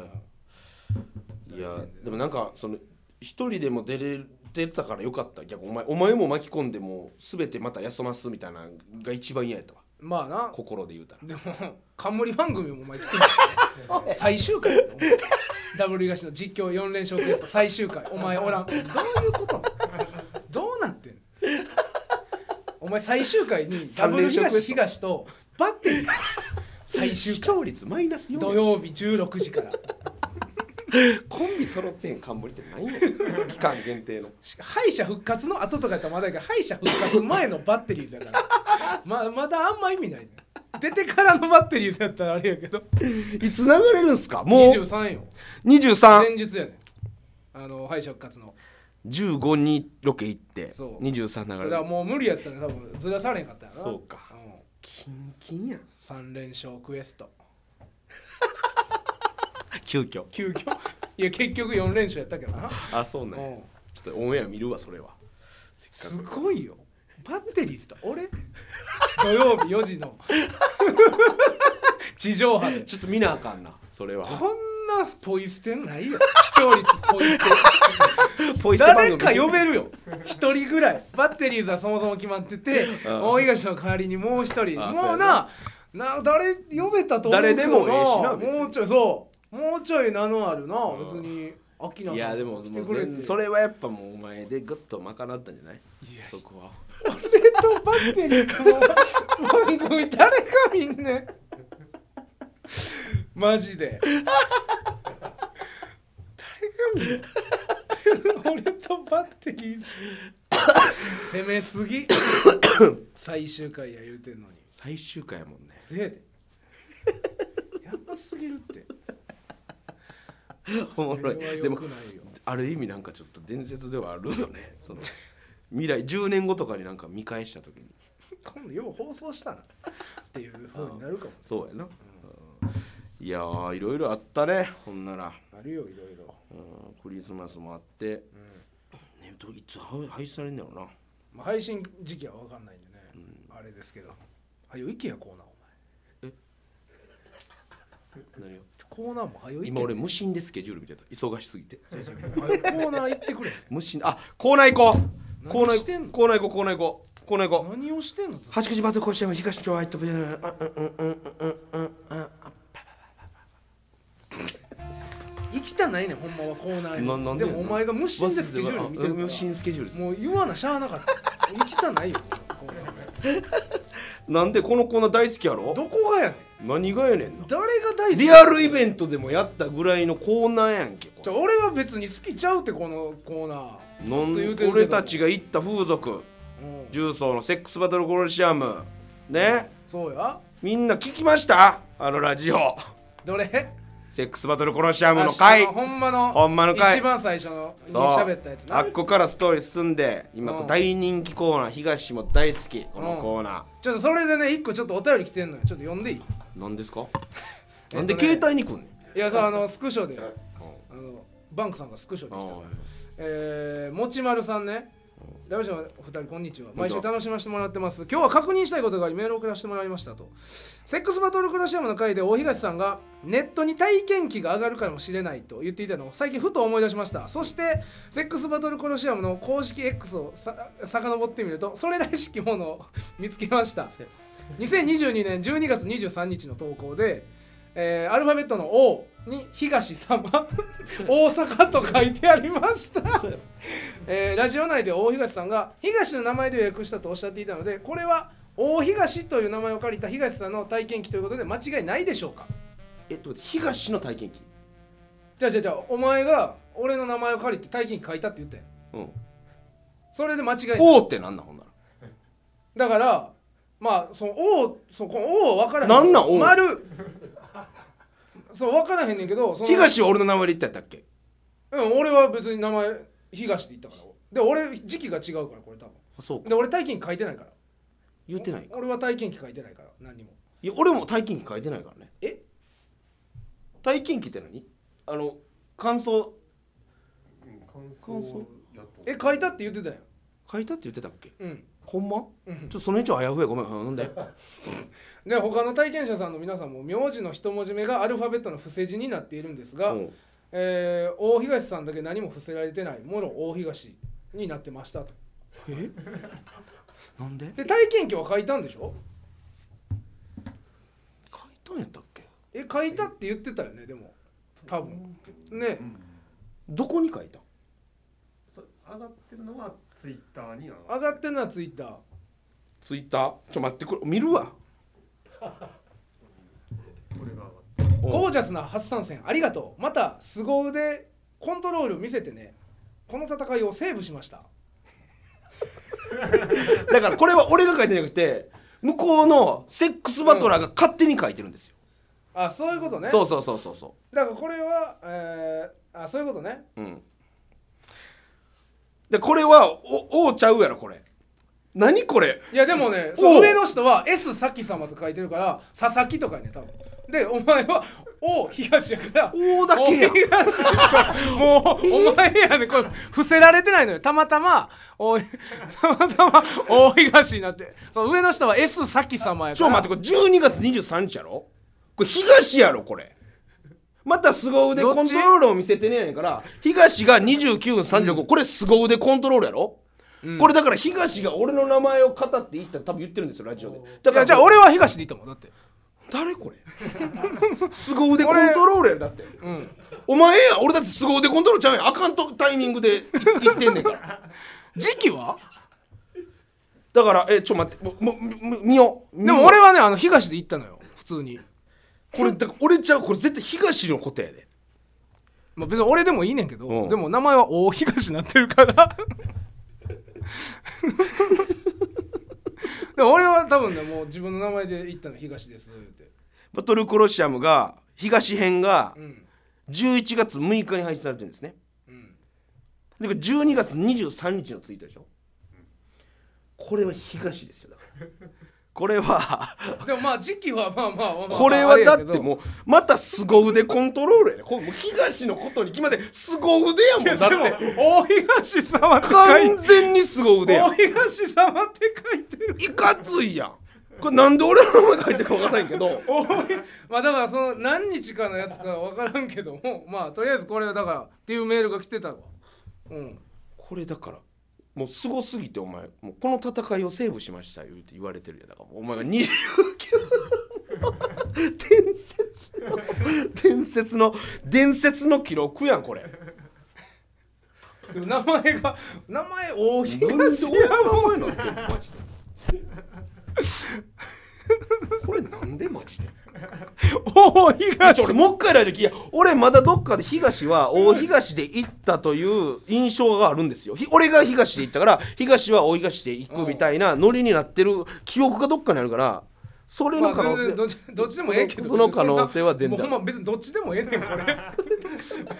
Speaker 2: うん
Speaker 1: いやでもなんかその一人でも出れ出てたからよかった逆にお前お前も巻き込んでも全てまた休ますみたいなのが一番嫌やったわ
Speaker 2: まあな
Speaker 1: 心で言うたら
Speaker 2: でも冠番組もお前来てない最終回やろお前ダブル東の実況4連勝クエスト最終回お前おらんどういうことどうなってんのお前最終回にダ
Speaker 1: 三
Speaker 2: ブル
Speaker 1: 連勝クエスト
Speaker 2: 東東とバッテリー最終
Speaker 1: 視
Speaker 2: 回
Speaker 1: 聴率マイナス4
Speaker 2: 土曜日16時から
Speaker 1: コンビ揃ってへん冠ってないよ 期間限定の
Speaker 2: し敗者復活の後とかやったらまだやけど敗者復活前のバッテリーズやからままだあんま意味ない出てからのバッテリーズやったらあれやけど
Speaker 1: いつ流れるんすかもう
Speaker 2: 23よ
Speaker 1: 23?
Speaker 2: 前日やねんあの敗者復活の
Speaker 1: 15にロケ行って
Speaker 2: そう
Speaker 1: 23
Speaker 2: そ
Speaker 1: 流
Speaker 2: れは
Speaker 1: れ
Speaker 2: もう無理やったね多分ずらされへんかったやろ
Speaker 1: そうかキンキンやん
Speaker 2: 3連勝クエスト
Speaker 1: 急遽
Speaker 2: 急遽 いや結局4連勝やったけどな
Speaker 1: あそうなんや
Speaker 2: うん
Speaker 1: ちょっとオンエア見るわそれはせっ
Speaker 2: す
Speaker 1: かく
Speaker 2: ごいよバッテリーズと 俺土曜日4時の地上波で
Speaker 1: ちょっと見なあかんなそ れは
Speaker 2: こんなポイ捨てないよ視聴率ポイ捨て
Speaker 1: ポイ捨て番
Speaker 2: 誰
Speaker 1: 組
Speaker 2: か呼べ るよ一人ぐらいバッテリーズはそもそも決まってて
Speaker 1: うん
Speaker 2: 大東の代わりにもう一人
Speaker 1: あ
Speaker 2: も
Speaker 1: そううや
Speaker 2: な
Speaker 1: な
Speaker 2: な誰呼べたと思う
Speaker 1: 誰
Speaker 2: けど
Speaker 1: でもええしな別に
Speaker 2: もうちょいそうもうちょい名のあるな
Speaker 1: うん
Speaker 2: 別にアキナ
Speaker 1: い
Speaker 2: さ
Speaker 1: や
Speaker 2: ん
Speaker 1: で
Speaker 2: と
Speaker 1: も
Speaker 2: か来て
Speaker 1: も
Speaker 2: く
Speaker 1: う
Speaker 2: れ
Speaker 1: 全
Speaker 2: て
Speaker 1: それはやっぱもうお前でグッと賄ったんじゃない
Speaker 2: いや
Speaker 1: そこは
Speaker 2: 俺とバッテリーズの番組誰がみんねんマジで誰が見んねん俺とバッテリーズ攻めすぎ最終回や言うてんのに
Speaker 1: 最終回やもんね
Speaker 2: せえでやばすぎるって
Speaker 1: おも
Speaker 2: これ
Speaker 1: ろ
Speaker 2: はい良
Speaker 1: でも
Speaker 2: くないよ
Speaker 1: ある意味なんかちょっと伝説ではあるよねその未来10年後とかになんか見返した時に
Speaker 2: 今度よう放送したなっていうふうになるかも
Speaker 1: そうやな、うんいやーいろいろあったねほんなら、
Speaker 2: なるよいろいろ、
Speaker 1: うん、クリスマスもあって、ね、どいつ配配信されんだろうな
Speaker 2: まあ、配信時期は分かんないんでね、あれですけどはよ意見やコーナーお前
Speaker 1: 何を
Speaker 2: コーナーもはよ行
Speaker 1: 今俺無心でスケジュール見てた忙しすぎて
Speaker 2: コーナー行ってくれ
Speaker 1: 無心あコーナー行こう
Speaker 2: 何
Speaker 1: コーナ
Speaker 2: してん
Speaker 1: ー
Speaker 2: の
Speaker 1: コーナー行こうコーナー行こうコーナー行こう
Speaker 2: 何をしてんの
Speaker 1: 八口バトル甲子園は東町アイトベルあうんうんうんうんうんうんあ
Speaker 2: 行きたないねんほんまはコーナー
Speaker 1: な
Speaker 2: に
Speaker 1: なん
Speaker 2: で
Speaker 1: で
Speaker 2: もお前が無心でスケジュール見てるから
Speaker 1: 無心スケジュールです
Speaker 2: もう言わなしゃあなかった行きたないよコーナー
Speaker 1: なんでこのコーナー大好きやろ
Speaker 2: どこがやねん
Speaker 1: 何がやねんな
Speaker 2: 誰が大好き
Speaker 1: リアルイベントでもやったぐらいのコーナーやんけこ
Speaker 2: じゃあ俺は別に好きちゃうってこのコーナー
Speaker 1: れ
Speaker 2: ずっと
Speaker 1: なん
Speaker 2: 言うてるけど
Speaker 1: 俺たちが行った風俗
Speaker 2: うん
Speaker 1: 重曹のセックスバトルコロシアムね
Speaker 2: そうや
Speaker 1: みんな聞きましたあのラジオ
Speaker 2: どれ
Speaker 1: セックスバトルコロシアムの回
Speaker 2: あほんまの
Speaker 1: ほんまの回
Speaker 2: 一番最初のに
Speaker 1: そう
Speaker 2: 喋ったやつな
Speaker 1: あっこからストーリー進んで今
Speaker 2: うん
Speaker 1: 大人気コーナー東も大好きこのコーナ
Speaker 2: ちょっとそれでね一個ちょっとお便り来てんのよちょっと読んでいい
Speaker 1: ーなん ですか
Speaker 2: とね
Speaker 1: なんで携帯に来んねん
Speaker 2: いやさあのスクショであのバンクさんがスクショで来たから
Speaker 1: ああ
Speaker 2: えー、もちまるさんねダメしお二人こんにちは毎週楽しませてもらってます今日は確認したいことがありメールを送らせてもらいましたとセックスバトルクロシアムの回で大東さんがネットに体験記が上がるかもしれないと言っていたのを最近ふと思い出しましたそしてセックスバトルクロシアムの公式 X をさ遡ってみるとそれらしきものを見つけました2022年12月23日の投稿で、えーアルファベットの O に 東様大阪と書いてありましたえーラジオ内で大東さんが東の名前で予約したとおっしゃっていたのでこれは大東という名前を借りた東さんの体験記ということで間違いないでしょうか
Speaker 1: えっと東の体験記
Speaker 2: じゃあじゃあじゃあお前が俺の名前を借りて体験記書いたって言って
Speaker 1: うん
Speaker 2: それで間違いない
Speaker 1: 王ってなんなんほんなら
Speaker 2: だからまあその王そこ王は分からへん
Speaker 1: なんなん王
Speaker 2: 丸そう分からへんねんけどその
Speaker 1: 東は俺の名前で言ったやったっけ
Speaker 2: うん俺は別に名前東って言ったからで俺時期が違うからこれ多分
Speaker 1: あそうか
Speaker 2: で俺体験記書いてないから
Speaker 1: 言ってないか
Speaker 2: 俺は体験記書いてないから何にも
Speaker 1: いや俺も体験記書いてないからね
Speaker 2: え
Speaker 1: 体験記って何あの感想
Speaker 3: 感
Speaker 1: 感想
Speaker 3: やと
Speaker 2: え書いたって言ってたやん
Speaker 1: 書いたって言ってたっけ
Speaker 2: うん
Speaker 1: ほんま
Speaker 2: うん
Speaker 1: ちょっとその辺ちょっとあやふやごめんうんなんで
Speaker 2: で他の体験者さんの皆さんも名字の一文字目がアルファベットの伏せ字になっているんですが、
Speaker 1: うん
Speaker 2: えー大東さんだけ何も伏せられてないもろ大東になってましたと
Speaker 1: えなんで
Speaker 2: で体験記は書いたんでしょ
Speaker 1: 書いたんやったっけ
Speaker 2: え書いたって言ってたよねでも多分ね、
Speaker 1: どこに書いた
Speaker 3: そ上がってるのはツイッターに上が
Speaker 2: 上がってるのはツイッター
Speaker 1: ツイッターちょ待ってこれ見るわ
Speaker 3: これが上がって
Speaker 2: ゴージャスな初参戦ありがとうまた凄腕コントロール見せてねこの戦いをセーブしました
Speaker 1: だからこれは俺が書いてなくて向こうのセックスバトラーが勝手に書いてるんですよ、
Speaker 2: あそういうことね
Speaker 1: そうそうそうそうそ
Speaker 2: だからこれは、えーあそういうことね
Speaker 1: ううんでこれはおおうちゃうやろこれ何これ
Speaker 2: いやでもね、
Speaker 1: お
Speaker 2: その上の人は S さき様と書いてるから、佐々木とかやね、多分。で、お前は O 東やから、
Speaker 1: おだけや
Speaker 2: お東やからもうお前やね、これ伏せられてないのよ。たまたま、おたまたま O 東になって、その上の人は S さき様や
Speaker 1: ち
Speaker 2: から。
Speaker 1: ょ待ってこれ12月23日やろこれ東やろこれまた凄腕
Speaker 2: どっ
Speaker 1: コ
Speaker 2: ち
Speaker 1: ントロールを見せてねえやねんから東が29分35、これ凄腕コントロールやろ、これだから東が俺の名前を語っていったら多分言ってるんですよラジオでだか
Speaker 2: いや
Speaker 1: ら
Speaker 2: じゃあ俺は東でいいと思う。だって。
Speaker 1: 誰これ凄腕コントロールやろだって、お前や俺だって凄腕コントロールちゃうやんあかんとタイミングでい言ってんねんから
Speaker 2: 時期は
Speaker 1: だからえちょ待ってもうもうもう見よう見
Speaker 2: で
Speaker 1: よう
Speaker 2: も俺はね、あの東で行ったのよ、普通に。
Speaker 1: これだから俺ちゃうこれ絶対東のことやで
Speaker 2: まあ、別に俺でもいいねんけ
Speaker 1: う
Speaker 2: ど
Speaker 1: ん
Speaker 2: でも名前は大東になって るからでも俺は多分ねもう自分の名前で言ったの東です言うて
Speaker 1: バトルコロシアムが東編が
Speaker 2: ん
Speaker 1: 11月6日に配信されてるんですね、
Speaker 2: ん
Speaker 1: でこれ12月23日のツイートでしょこれは東ですよだから これは
Speaker 2: でもまあ時期はまあまあまあまあ
Speaker 1: これはだっ
Speaker 2: あれや
Speaker 1: て
Speaker 2: けど
Speaker 1: もうまた凄腕コントロールやねこれもう東のことに決まって凄腕やもんだって
Speaker 2: でも大東様って書い
Speaker 1: 完
Speaker 2: て
Speaker 1: 全に凄腕やん
Speaker 2: 大東様って書いてる
Speaker 1: いかついやんこれなんで俺の名前書いてるか分からんけど
Speaker 2: 大まあだからその何日かのやつか分からんけどもまあとりあえずこれはだからっていうメールが来てたわうん
Speaker 1: これだからもうすごすぎてお前もうこの戦いをセーブしましたよって言われてるやんだからお前が29伝説の伝説の伝説の記録やんこれ
Speaker 2: でも名前が名前大
Speaker 1: なんで
Speaker 2: 東
Speaker 1: 俺の名前になってんのマジでこれなんでマジで
Speaker 2: 大
Speaker 1: ちょ
Speaker 2: 東
Speaker 1: 俺もう一回ラジオ聞いや俺まだどっかで東は大東で行ったという印象があるんですよひ俺が東で行ったから東は大東で行くみたいなノリになってる記憶がどっかにあるからそれ
Speaker 2: ま
Speaker 1: の
Speaker 2: あ
Speaker 1: 可能
Speaker 2: 全
Speaker 1: 性、
Speaker 2: 然どっちどっちでもええけど
Speaker 1: その可能性は全然
Speaker 2: もうほんま別にどっちでもええねんこれ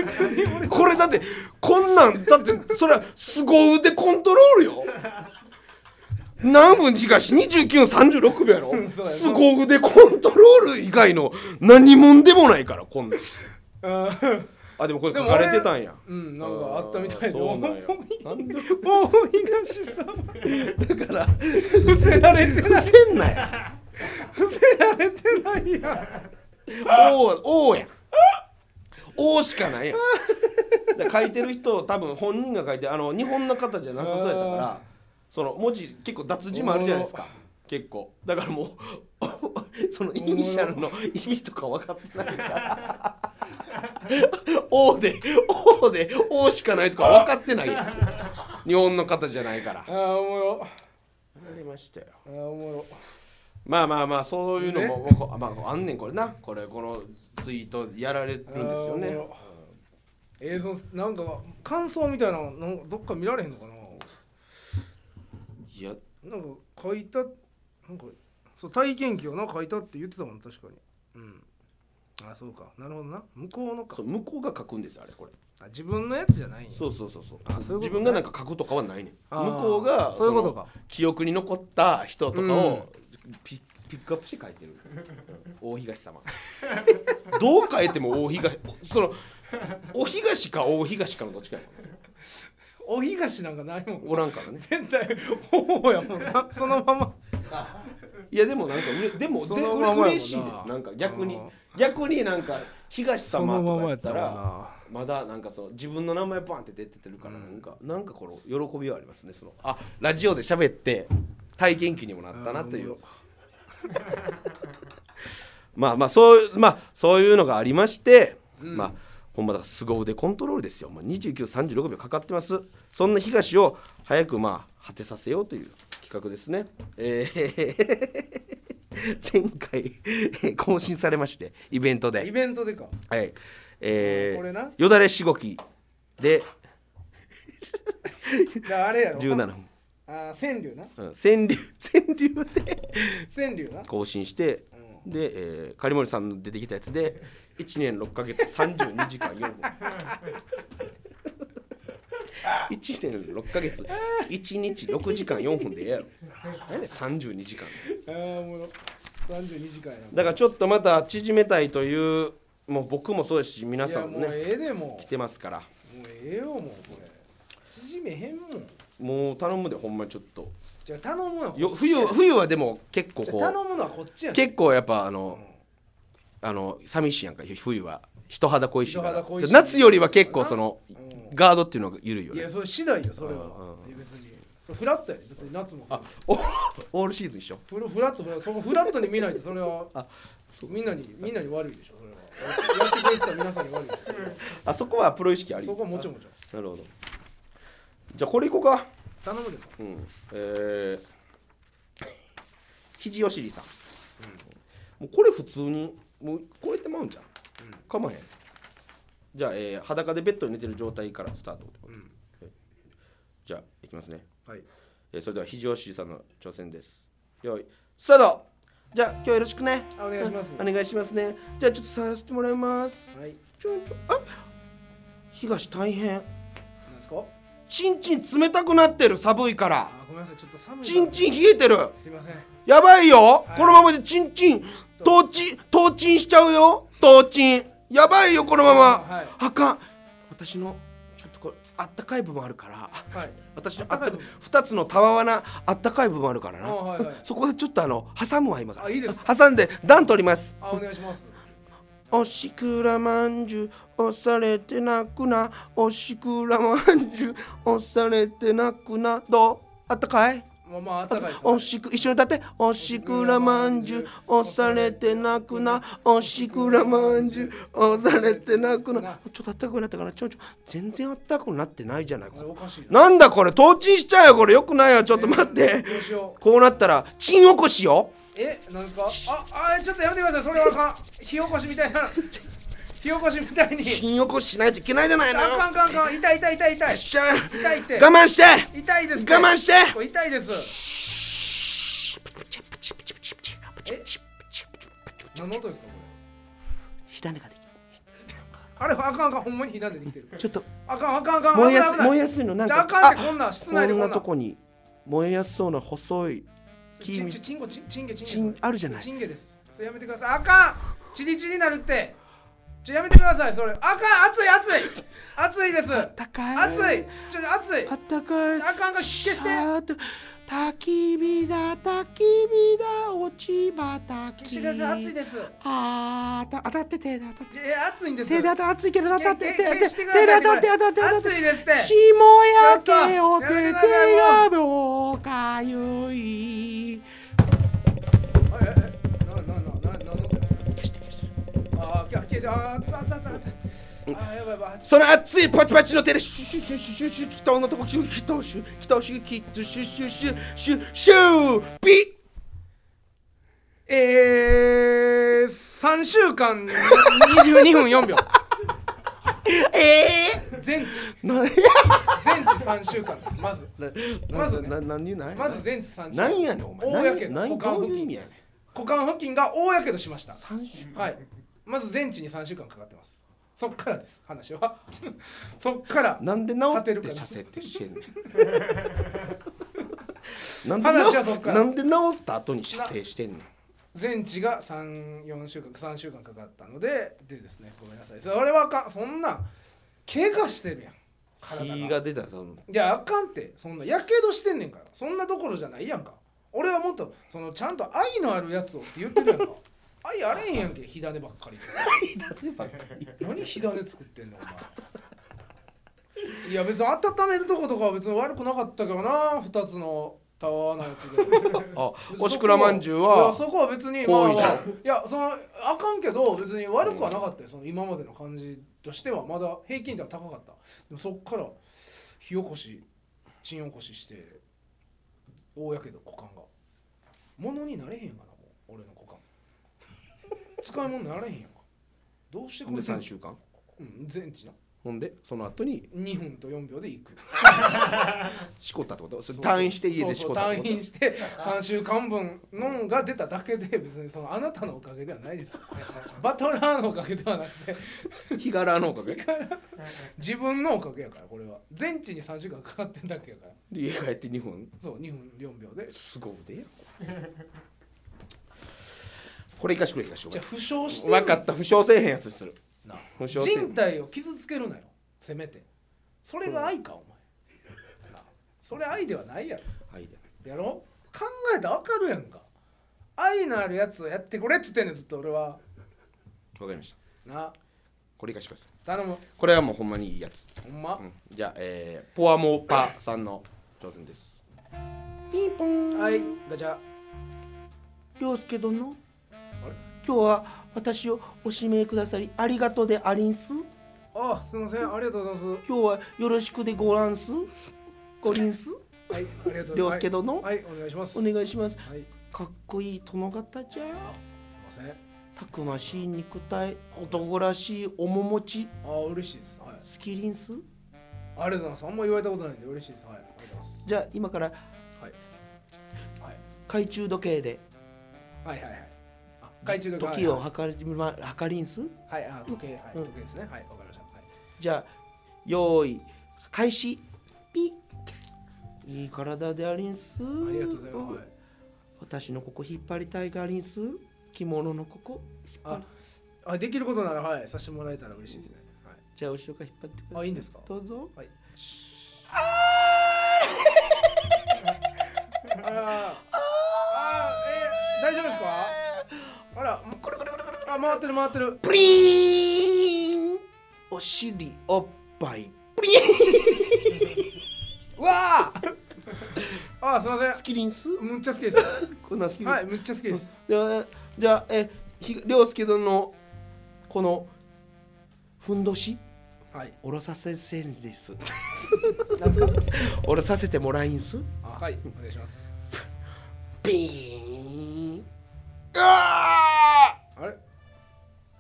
Speaker 2: 別に俺
Speaker 1: これだってこんなんだってそれは凄腕コントロールよ南分東29分36秒やろ
Speaker 2: うんそうやな
Speaker 1: 凄腕コントロール以外の何もんでもないからこんなんあでもこれ書かれてたんや
Speaker 2: うんなんかあったみたいで
Speaker 1: そうなんや
Speaker 2: 大
Speaker 1: なんで
Speaker 2: 東さん
Speaker 1: だから
Speaker 2: 伏せられて
Speaker 1: 伏せんなや
Speaker 2: 伏せられてないやん
Speaker 1: 王王やん王しかないやんだから書いてる人多分本人が書いてるあの日本の方じゃなさそうやったか
Speaker 2: あー
Speaker 1: らその文字結構脱字もあるじゃないですか結構だからもう そのイニシャルの意味とか分かってないから王で王で王しかないとか分かってないやん日本の方じゃないから
Speaker 2: あーおもろ
Speaker 1: ありましたよ
Speaker 2: あーおもろ
Speaker 1: まあまあまあそういうのも、もうこまあ、あんねんこれなこれこのツイートやられるんですよ
Speaker 2: あーお
Speaker 1: ね
Speaker 2: もろえー、そのなんか感想みたいなのなんかどっか見られへんのかない
Speaker 1: や
Speaker 2: なんか書いたなんかそう体験記をな書いたって言ってたもん確かにうんあそうかなるほどな向こうのか
Speaker 1: そう向こうが書くんですよあれこれ
Speaker 2: あ自分のやつじゃないんや
Speaker 1: そうそうそうそう
Speaker 2: あそういうことね
Speaker 1: 自分がなんか書くとかはないねん
Speaker 2: あー
Speaker 1: 向こうが
Speaker 2: そういうことか
Speaker 1: その記憶に残った人とかをピ,、ピックアップして書いてるうん大東様 どう書いても大東そのお東か大東かのどっちかやもん
Speaker 2: お東なんかないもん
Speaker 1: おらんからね
Speaker 2: 全体ほうやもんな そのまま
Speaker 1: いやでもなんかうれでも
Speaker 2: そ
Speaker 1: ぜ
Speaker 2: のままやもんな
Speaker 1: 嬉しいですなんか逆に
Speaker 2: うん
Speaker 1: 逆になんか東様とかやった
Speaker 2: そのまま
Speaker 1: ら
Speaker 2: や
Speaker 1: まだなんかその自分の名前バンって出ててるからなんか、なんかこの喜びはありますねそのあラジオで喋って体験記にもなったなというまあまあそういうまあそういうのがありまして、まあほんまだから凄腕コントロールですよ、まあ、2936秒かかってますそんな東を早くまあ果てさせようという企画ですねえー 前回えー更新されましてイベント
Speaker 2: イ
Speaker 1: で
Speaker 2: ベントでか
Speaker 1: はいえ
Speaker 2: これな
Speaker 1: ー、よだれしごきで
Speaker 2: であれやろ
Speaker 1: 17分
Speaker 2: あ川柳な
Speaker 1: うん川 柳川柳で
Speaker 2: 川柳な
Speaker 1: 更新して、で、えー、狩森さんの出てきたやつで1年6ヶ月32時間4分1.6ヶ月1日6時間4分でええやろ何やねん32時間
Speaker 2: あーおもろ32時間やな
Speaker 1: だからちょっとまた縮めたいというもう僕もそうですし皆
Speaker 2: い
Speaker 1: さ
Speaker 2: や
Speaker 1: ん
Speaker 2: も
Speaker 1: も
Speaker 2: う
Speaker 1: ね
Speaker 2: ええでも
Speaker 1: 来てますから
Speaker 2: うもうええよもうこれ縮めへんもん
Speaker 1: もう頼むでほんまにちょっと
Speaker 2: じゃあ頼むのはこっち
Speaker 1: よ冬冬はでも結構
Speaker 2: じゃ
Speaker 1: こ
Speaker 2: あ頼
Speaker 1: う
Speaker 2: むのはこっちやね
Speaker 1: 結構やっぱあのあの寂しいやんか冬は人肌恋しいか
Speaker 2: 人
Speaker 1: ら
Speaker 2: 肌恋しい
Speaker 1: 夏よりは結構その
Speaker 2: うん
Speaker 1: ガードっていうのが緩いよ
Speaker 2: い
Speaker 1: ね
Speaker 2: やそれ次第よそれは
Speaker 1: う
Speaker 2: いや別にそれフラットやで別に夏も
Speaker 1: あおオールシーズン一緒
Speaker 2: フラフラットフラットそこフラットに見ないとそれは
Speaker 1: あ
Speaker 2: みんなにみんなに悪いでしょそれはやってくれてた皆さんに悪いでしょそれは
Speaker 1: あそこはプロ意識あり
Speaker 2: そこはもちろんもちろ
Speaker 1: な
Speaker 2: ん
Speaker 1: るほどじゃあこれいこうか
Speaker 2: 頼むでも
Speaker 1: うんえー、肘お尻さん、もうこれ普通にもう超えてまうんじゃん、かまへんじゃあ、えー裸でベッドに寝てる状態からスタート、
Speaker 2: ん
Speaker 1: えーじゃあいきますね、
Speaker 2: はい
Speaker 1: えーそれでは肘お尻さんの挑戦ですよいスタートじゃあ今日よろしくね
Speaker 2: あお願いします
Speaker 1: お願いしますねじゃあちょっと触らせてもらいます
Speaker 2: はい
Speaker 1: ちょんちょんあ東大変
Speaker 2: なんですか
Speaker 1: ちんちん冷たくなってる寒いから
Speaker 2: あごめんなさいちょっと寒い
Speaker 1: ちん
Speaker 2: ん
Speaker 1: ちん冷えてる
Speaker 2: すいません
Speaker 1: やばいよ、
Speaker 2: はい
Speaker 1: このままでチンチンとうちんとうちんしちゃうよとうちんやばいよこのまま、
Speaker 2: はい
Speaker 1: あかん私のちょっとこれあったかい部分あるから
Speaker 2: はい
Speaker 1: 私の
Speaker 2: あったかい部分
Speaker 1: 2つのたわわなあったかい部分あるからな、
Speaker 2: あはいはい
Speaker 1: そこでちょっとあの挟むわ今から
Speaker 2: あいいです
Speaker 1: 挟んで段取ります
Speaker 2: あお願いします
Speaker 1: おしくらまんじゅう押されてなくなおしくらまんじゅう押されてなくなどうあったかい
Speaker 2: まあまああったかいです
Speaker 1: おしく一緒に歌っておしくらまんじゅう押されてなくなおしくらまんじゅう押されてなくなちょっとあったかくなったからちょんちょん全然あったかくなってないじゃない
Speaker 2: これおかしいな
Speaker 1: なんだこれとうちんしちゃうよこれよくないよちょっと待って
Speaker 2: どうしよう
Speaker 1: こうなったらチン起こしよ
Speaker 2: えなんですかああちょっとやめてくださいそれはあかん火起こしみたいな火起こしみたいに
Speaker 1: チン起こししないといけないじゃない
Speaker 2: あ
Speaker 1: の
Speaker 2: かんあかんあかん痛い痛い痛い痛い
Speaker 1: しゃ
Speaker 2: 痛いって
Speaker 1: 我慢して
Speaker 2: 痛いですって
Speaker 1: 我慢して
Speaker 2: これ痛いですえ何の音ですかこ
Speaker 1: 火種ができる
Speaker 2: れあれあかんあかんほんまに火なんでできてる
Speaker 1: ちょっと
Speaker 2: あかんあかんあかん
Speaker 1: 燃えやす
Speaker 2: 危ない危ない
Speaker 1: 燃えやすいのなん
Speaker 2: じゃあ
Speaker 1: か
Speaker 2: あかんってこんなん室
Speaker 1: こ
Speaker 2: 内で
Speaker 1: ん
Speaker 2: こんな
Speaker 1: なんとこに燃えやすそうな細い
Speaker 2: ち
Speaker 1: 木
Speaker 2: ん
Speaker 1: み
Speaker 2: ちちんごちんちんげちんげ
Speaker 1: ちん
Speaker 2: それ
Speaker 1: あるじゃない
Speaker 2: ちんげですそれやめてくださいあかんチリチリなるってちょやめてくださいそれあかん熱い熱い熱いです
Speaker 1: あったかい
Speaker 2: 熱いちょ熱い
Speaker 1: あったかい
Speaker 2: あかんが消して
Speaker 1: あーっと焚き火だ焚き火だ落ち葉焚き
Speaker 2: 消してください熱いです
Speaker 1: あーた当たって手で当たって
Speaker 2: え熱いんです
Speaker 1: 手で当たって熱いけど当たって
Speaker 2: け
Speaker 1: 手で
Speaker 2: け消してくださ
Speaker 1: 手
Speaker 2: い
Speaker 1: で当たって当たって当たって
Speaker 2: 熱いですって
Speaker 1: 血も焼けお手
Speaker 2: やめ
Speaker 1: 手
Speaker 2: てください
Speaker 1: がもうかゆい
Speaker 2: えええななななななんだああ消えてああつあつあつあつあやばいやばい
Speaker 1: その熱いパチパチの手でシュシュシュシュシュシュ祈祷のとこシュ祈祷シュ祈祷シュ祈祷シュシュシュシュシュピッ
Speaker 2: えー、三週間二十二分四秒
Speaker 1: ええ
Speaker 2: 全治
Speaker 1: な
Speaker 2: 全治三週間ですまずまずね
Speaker 1: な何言うない
Speaker 2: まず全治三週間
Speaker 1: なんやねんお前
Speaker 2: 大やけど
Speaker 1: 何何
Speaker 2: 股
Speaker 1: ど
Speaker 2: 間
Speaker 1: うい
Speaker 2: 付
Speaker 1: う意
Speaker 2: 近
Speaker 1: 味やねん
Speaker 2: 股間付近が大やけどしました
Speaker 1: 三週
Speaker 2: はいまず全治に三週間かかってますそっからです話は そっから
Speaker 1: なんで治
Speaker 2: 勝て
Speaker 1: っ
Speaker 2: る
Speaker 1: て
Speaker 2: かな
Speaker 1: 射精ってしてんね んなんで
Speaker 2: 話
Speaker 1: 治
Speaker 2: はそっ
Speaker 1: っ
Speaker 2: から
Speaker 1: なんで治った後に射精してんねん
Speaker 2: 全治が34週間3週間かかったのででですねごめんなさいそれはあかんそんな怪我してるやん体が
Speaker 1: 火が出たらその
Speaker 2: いやあかんってそんなやけどしてんねんからそんなどころじゃないやんか俺はもっとそのちゃんと愛のあるやつをって言ってるやんか愛あれへんやんけ火種ばっかり何火種作ってんのお前いや別に温めるとことかは別に悪くなかったけどな2つのタワーのやつで。
Speaker 1: あおしくらまんじゅう
Speaker 2: いや
Speaker 1: は
Speaker 2: そこは別に
Speaker 1: 好意
Speaker 2: まあまあいやそのあかんけど別に悪くはなかったよその今までの感じとしてはまだ平均では高かったでもそっから火起こし鎮起こしして大やけど股間が物になれへんがなもう俺の股間 使い物になれへんやんかどうしてく
Speaker 1: で
Speaker 2: れてん
Speaker 1: 三
Speaker 2: の
Speaker 1: 週間
Speaker 2: うん全治な
Speaker 1: ほんでその後に
Speaker 2: 2分と4秒で行く
Speaker 1: しこったってことそれ退院して家でしこった
Speaker 2: そう
Speaker 1: って
Speaker 2: そ
Speaker 1: こ
Speaker 2: う退院 して3週間分のんが出ただけで別にそのあなたのおかげではないですよバトラーのおかげではなくて
Speaker 1: と日柄のおかげで
Speaker 2: 自分のおかげやからこれは全治に3週間かかってるだけやから
Speaker 1: 家帰って2分
Speaker 2: そう2分4秒です
Speaker 1: ご腕やこれこれ生かしてくれ生かしてく
Speaker 2: じゃ
Speaker 1: れ
Speaker 2: あ負傷して
Speaker 1: 分かった負傷せえへんやつにする
Speaker 2: な
Speaker 1: 負傷せえへ
Speaker 2: 人
Speaker 1: ん
Speaker 2: 体を傷つけるなよせめてそれが愛かお前なそれ愛ではないやろ
Speaker 1: はいで
Speaker 2: やろ考えたら分かるやんか愛のあるやつをやってくれっつってんねんずっと俺は
Speaker 1: わかりました
Speaker 2: な
Speaker 1: これ生かしてください
Speaker 2: 頼む
Speaker 1: これはもうほんまにいいやつ、
Speaker 2: ほんま、
Speaker 1: うん、じゃあ、えー、ポアモーパさんの挑戦ですピンポン
Speaker 2: はいガチャ
Speaker 4: 涼介殿今日は私をお指名くださりありがとうでありんす
Speaker 2: あすいませんありがとうございま
Speaker 4: 今日はよろしくでごらんすごりんす
Speaker 2: すはいありがとうご
Speaker 4: 涼
Speaker 2: ざいま
Speaker 4: 介
Speaker 2: す
Speaker 4: 殿、
Speaker 2: はいお願いします
Speaker 4: お願いします
Speaker 2: はい
Speaker 4: かっこいい殿方じゃ
Speaker 2: すいませんあ
Speaker 4: たくましい肉体男らしい面持ち
Speaker 2: 嬉しいですはいあ
Speaker 4: スキリンス
Speaker 2: りがとうございますあんま言われたことないんで嬉しいですはいありがとうございます
Speaker 4: じゃあ今から
Speaker 2: はいは
Speaker 4: 懐中時計で
Speaker 2: いはいはいはいあ懐中時計
Speaker 4: 時を計りま計りんす
Speaker 2: はいあ時計はい
Speaker 4: うん
Speaker 2: 時計ですねはいわかりましたはい
Speaker 4: じゃあ用意開始ピッいい体でありんす
Speaker 2: ありがとうございますはい
Speaker 4: 私のここ引っ張りたいがありんす着物のここ引っ張
Speaker 2: あ
Speaker 4: る
Speaker 2: あできることならはいさせてもらえたら嬉しいですねはい
Speaker 4: じゃあ後ろから引っ張ってください
Speaker 2: あいいんですか
Speaker 4: どうぞ
Speaker 2: はい。あらあーえー大丈夫ですか？あら、これこれこれこれあ回ってる回ってる。
Speaker 4: プリーンお尻おっぱい
Speaker 2: うわー。 あーすみま
Speaker 4: スキリンス
Speaker 2: せん。むっちゃ好きです。 は
Speaker 4: こんなスキリンス、
Speaker 2: い、むっちゃ好きです。
Speaker 4: じゃあじゃあえひ涼介殿のこのふんどし
Speaker 2: はい。
Speaker 4: おろさせせんです
Speaker 2: なんですか？
Speaker 4: おろさせてもらいんす
Speaker 2: あはい、お願いします。
Speaker 4: ピーンうわー
Speaker 2: あれ？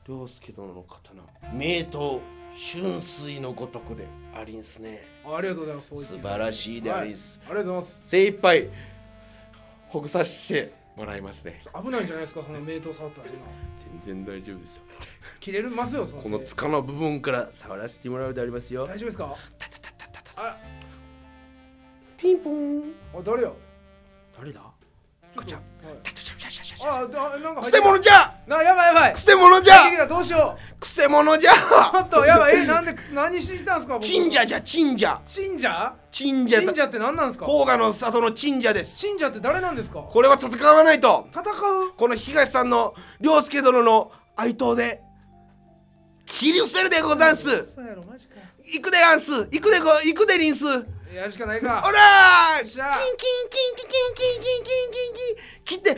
Speaker 4: 涼介殿の刀名刀春水のごとくでありんすね
Speaker 2: あありがとうございます。そう言って
Speaker 4: 素晴らしいでありんす、
Speaker 2: はいありがとうございます。
Speaker 4: 精一杯ほぐさしてもらいますね
Speaker 2: 危ないんじゃないですか？その名刀触ったらそんな。
Speaker 1: 全然大丈夫ですよ
Speaker 2: 切れるますよその手。
Speaker 1: このつかの部分から触らせてもらうでありますよ
Speaker 2: 大丈夫ですか？あ
Speaker 4: ピンポン
Speaker 2: あ誰よ？
Speaker 4: 誰だ
Speaker 2: こちゃ。
Speaker 4: シャシャシャシャシャ
Speaker 2: ああなんか
Speaker 1: くせ者じゃ
Speaker 2: なやばいやばい
Speaker 1: くせ者じ
Speaker 2: 出てき
Speaker 1: ゃ
Speaker 2: たどうしよう
Speaker 1: くせ者じゃ
Speaker 2: ちょっとやばいえなんで何してきたんですか僕
Speaker 1: 神社じゃ神社
Speaker 2: 神社
Speaker 1: 神社
Speaker 2: 神
Speaker 1: だ
Speaker 2: 社って何なんですか
Speaker 1: 甲賀の里の神社です
Speaker 2: 神社って誰なんですか
Speaker 1: これは戦わないと
Speaker 2: 戦う
Speaker 1: この東さんの涼介殿の哀悼で切り伏せるでござんす
Speaker 2: そうやろマジか
Speaker 1: 行くでやんす行くでご行くでりんすおら
Speaker 2: やるしかないか
Speaker 1: ー
Speaker 2: っ
Speaker 1: し
Speaker 2: しゃ
Speaker 4: キンキンキンキンキンキンキンキンキン切って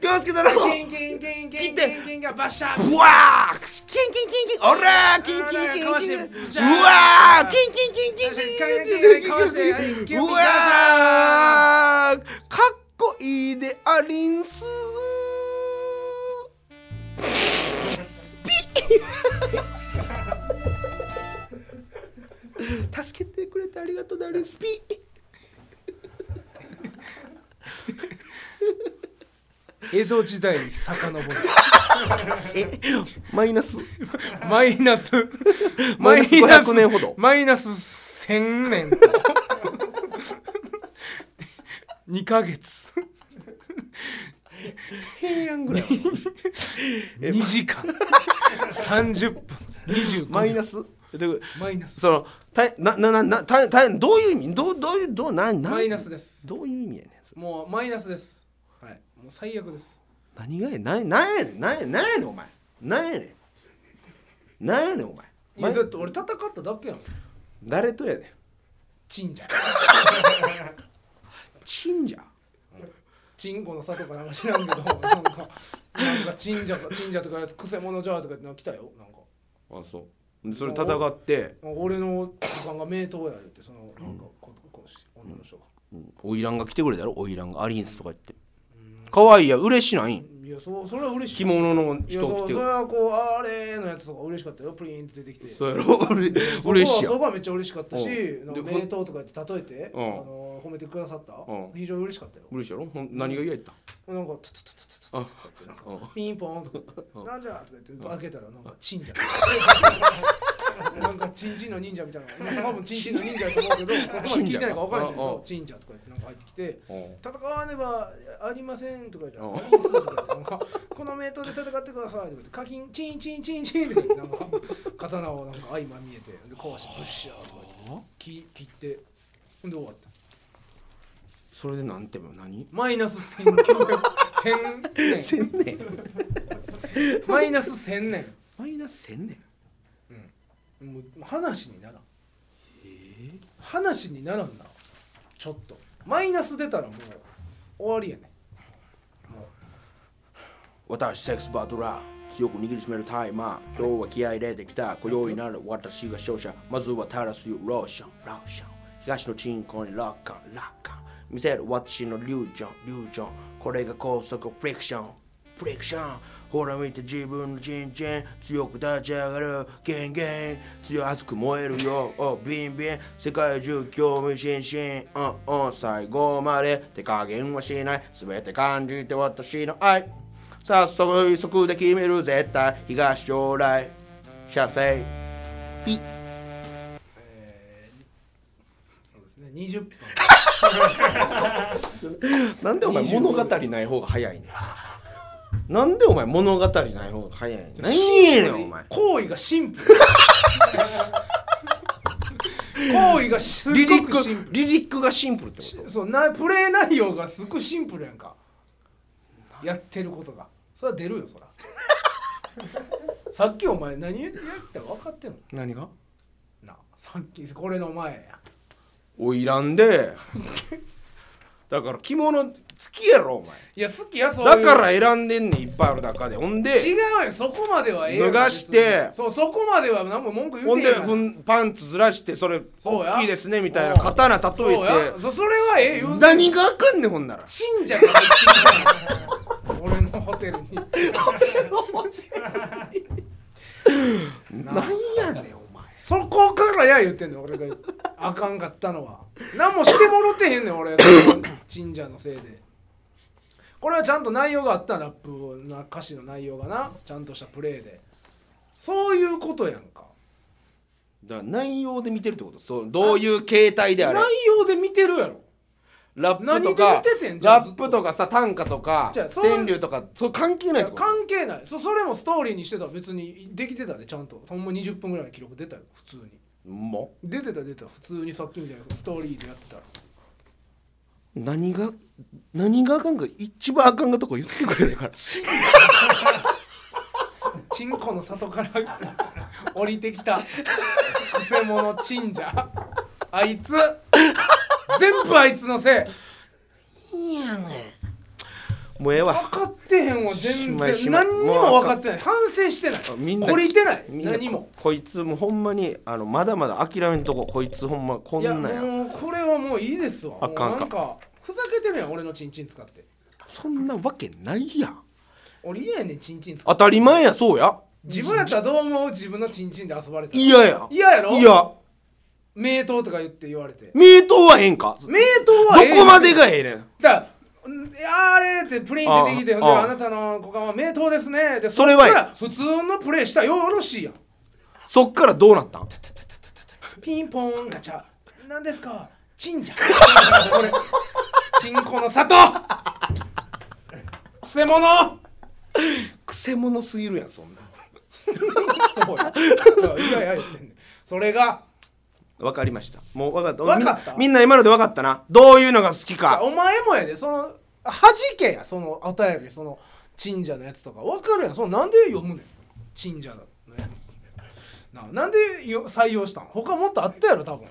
Speaker 4: 涼介殿の
Speaker 2: キンキンキンキンキンキンキンがバッシャー
Speaker 1: ブワーキンキンキンキンおらーキンキンキン
Speaker 2: かわし
Speaker 1: キ
Speaker 2: て
Speaker 1: ン
Speaker 2: ブシャー
Speaker 1: うわーキンキンキンキンキンキン
Speaker 2: かわしてはいキンキン
Speaker 1: うわーかっこいいでありんす
Speaker 4: 助けてくれてありがとうダリスピ
Speaker 2: 江戸時代に遡る
Speaker 4: マイナス
Speaker 2: マイナス
Speaker 4: マイナス500年ほど
Speaker 2: マイナス1000年と2ヶ月
Speaker 4: 平安ぐらい
Speaker 2: 2時間30分25
Speaker 4: マイ
Speaker 2: ナ
Speaker 4: ナスで
Speaker 2: マイナス
Speaker 4: そのたななななたたどういう意味どうどういうどうなんなん
Speaker 2: マイナスです
Speaker 4: どういう意味やねんそれ
Speaker 2: もうマイナスですはいもう最悪です
Speaker 4: 何がやねんなんやねんなんやねんなんやねんお前なんやねんなんやねんお前
Speaker 2: いやだって俺戦っただけやもん
Speaker 4: 誰とやねん
Speaker 2: チンじゃん
Speaker 4: 神社
Speaker 2: チンコの里かなんか知らんけどなんかなんかチンじゃかチンじゃとかやつくせ者じゃとかってのが来たよなんか
Speaker 1: あそうそれ戦って
Speaker 2: なんか俺の時間が名刀や言ってそのなんかここうし女の人が、
Speaker 1: おいらんが来てくれたろおいらんがアリンスとか言ってかわいいや嬉しないん
Speaker 2: いややそうそれは嬉しい
Speaker 1: 着物の
Speaker 2: いや
Speaker 1: 人
Speaker 2: そう
Speaker 1: 着て
Speaker 2: それはこうあれのやつとか嬉しかったよプリンって出てきて
Speaker 1: そうやろ嬉しいや
Speaker 2: そこはそ
Speaker 1: ん
Speaker 2: ばめっちゃ嬉しかったし
Speaker 1: うん
Speaker 2: 「なんか
Speaker 1: で
Speaker 2: 名刀」とか言って例えて、
Speaker 1: うん
Speaker 2: あの褒めてくださった、
Speaker 1: うん
Speaker 2: 非常に嬉しかったよ、
Speaker 1: 嬉しいやろほん何が嫌やった
Speaker 2: なんか「トゥトゥトゥトゥトゥトゥトゥ」とか言ってなんか
Speaker 1: うん
Speaker 2: ピンポーンとか「なんじゃ」とか言って開けたらなんかチンじゃんなんかチンチンの忍者みたいな多分チンチンの忍者やと思うけどそこまで聞いてないから分からへんけ
Speaker 1: うんう
Speaker 2: ど
Speaker 1: ん
Speaker 2: チンじゃんとか言ってなんか入ってきて
Speaker 1: うん
Speaker 2: 戦わねばありませんとか言ったら
Speaker 1: うん
Speaker 2: 「何です」とか言ってなんか「この名刀で戦ってください」とか言って「課金チンチンチンチン」とか言ってなんか刀をなんか相まみえてで壊してブッシャーとか言って切切ってほんで終わった
Speaker 1: それでなんても何
Speaker 2: マイナス1900 1000年
Speaker 1: 千年
Speaker 2: マイナス1000年
Speaker 1: マイナス千年
Speaker 2: もう話にならん話にならんなちょっとマイナス出たらもう終わりやね
Speaker 1: 私セックスバトラー強く握りしめるタイマー今日は気合い入れてきた今宵なら私が勝者まずは垂らすよローションローション東のチンコにロッカンロッカン見せる私のリュージョンリュージョンこれが高速フリクションフリクションほら見て自分のチンチン強く立ち上がるゲンゲン強い熱く燃えるよおビンビン世界中興味津々うんうん最後まで手加減はしない全て感じて私の愛早速予測で決める絶対東将来射精
Speaker 2: そうですね20分
Speaker 1: なんでお前物語ない方が早いねんなんでお前物語ない方が早いねん何やねんお前
Speaker 2: 行為がシン プル行為がすっ
Speaker 1: リリ
Speaker 2: ご
Speaker 1: ッ
Speaker 2: くシンプ
Speaker 1: クリリックがシンプルってこ
Speaker 2: ルそうなプレイ内容がすっごいシンプルやんかやってることがそれは出る よそらさっきお前何やったか分かってんの
Speaker 1: と何が
Speaker 2: なあさっきこれの前や
Speaker 1: おいらん でだから着物好きやろお前
Speaker 2: いや好きやそうい
Speaker 1: だ
Speaker 2: う
Speaker 1: から選んでんねんいっぱいある中でほんで
Speaker 2: 違うよそこまではええよ
Speaker 1: 脱がして
Speaker 2: 別にそうそこまでは何も文句言
Speaker 1: ほ
Speaker 2: うんて
Speaker 1: で
Speaker 2: へんや
Speaker 1: ふんパンツずらしてそれ
Speaker 2: そうや
Speaker 1: 大きいですねみたいな刀
Speaker 2: そう
Speaker 1: 例え
Speaker 2: や
Speaker 1: て
Speaker 2: そそれはええ言うて
Speaker 1: 何があかんねんほんなら
Speaker 2: 信者が入ってきた 俺のホテ ルに
Speaker 1: なんやねんお前
Speaker 2: そこからや言ってんねん俺があかんかったのは何もしてもろてへんねん俺その神社のせいでこれはちゃんと内容があったラップな歌詞の内容がなちゃんとしたプレーでそういうことやんか
Speaker 1: だから内容で見てるってことそうどういう形態であれ
Speaker 2: 内容で見てるやろ
Speaker 1: ラップと
Speaker 2: 何
Speaker 1: か
Speaker 2: で見ててんじゃあ
Speaker 1: ラップとかさ短歌とか
Speaker 2: じゃあそう
Speaker 1: 川柳とかそう関係ないってこと
Speaker 2: 関係ないそそれもストーリーにしてたら別にできてたでちゃんとほんま20分ぐらいの記録出たよ普通に
Speaker 1: も
Speaker 2: 出てた出てた普通にさっきみたいなストーリーでやってたら
Speaker 1: う何が何があかんか一番あかんがとこ言ってくれるから
Speaker 2: チンコの里から 降りてきたクセモノチンジャあいつ全部あいつのせい
Speaker 1: もうええわ
Speaker 2: 分かってへんわ全
Speaker 1: しまいし
Speaker 2: 然
Speaker 1: まい
Speaker 2: 何にも分かってない反省してない
Speaker 1: みんな
Speaker 2: これいてない
Speaker 1: みんな
Speaker 2: 何も
Speaker 1: ここいつもうほんまにあのまだまだ諦めんとここいつほんまこん
Speaker 2: いや
Speaker 1: なん
Speaker 2: も
Speaker 1: や
Speaker 2: うこれはもういいですわ
Speaker 1: あかん
Speaker 2: もう
Speaker 1: か
Speaker 2: なんかふざけてるやん俺のチンチン使って
Speaker 1: そんなわけないやん
Speaker 2: 俺嫌やねんチンチン使って
Speaker 1: 当たり前やそうや
Speaker 2: 自分やったらどう思う自分のチンチンで遊ばれて
Speaker 1: 嫌や
Speaker 2: 嫌やろ
Speaker 1: いや
Speaker 2: 名刀とか言って言われて
Speaker 1: 名刀は変かど
Speaker 2: 名刀はええ
Speaker 1: こまでがええねん
Speaker 2: だからんいやあれってプリン出てきて
Speaker 1: あ
Speaker 2: ほ
Speaker 1: あ
Speaker 2: んで
Speaker 1: ああ
Speaker 2: あなたの股間は名刀ですねで
Speaker 1: それは
Speaker 2: っから普通のプレイしたらよろしいやん
Speaker 1: そっからどうなったん
Speaker 2: ピンポーンガチャ何ですかチンじゃんこれチンコの里くせ者
Speaker 1: くせ者すぎるやんそんな
Speaker 2: そうやいやいやいや言ってんねんそれが
Speaker 1: わかりましたもうわかった
Speaker 2: わかっ
Speaker 1: みん
Speaker 2: た
Speaker 1: なみんな今のでわかったなどういうのが好きか
Speaker 2: お前もやでそのはじけやそのお便りそのチンジャのやつとか分かるやんそのなんで読むねんチンジャのやつなあなんでよ採用したん他もっとあったやろ多分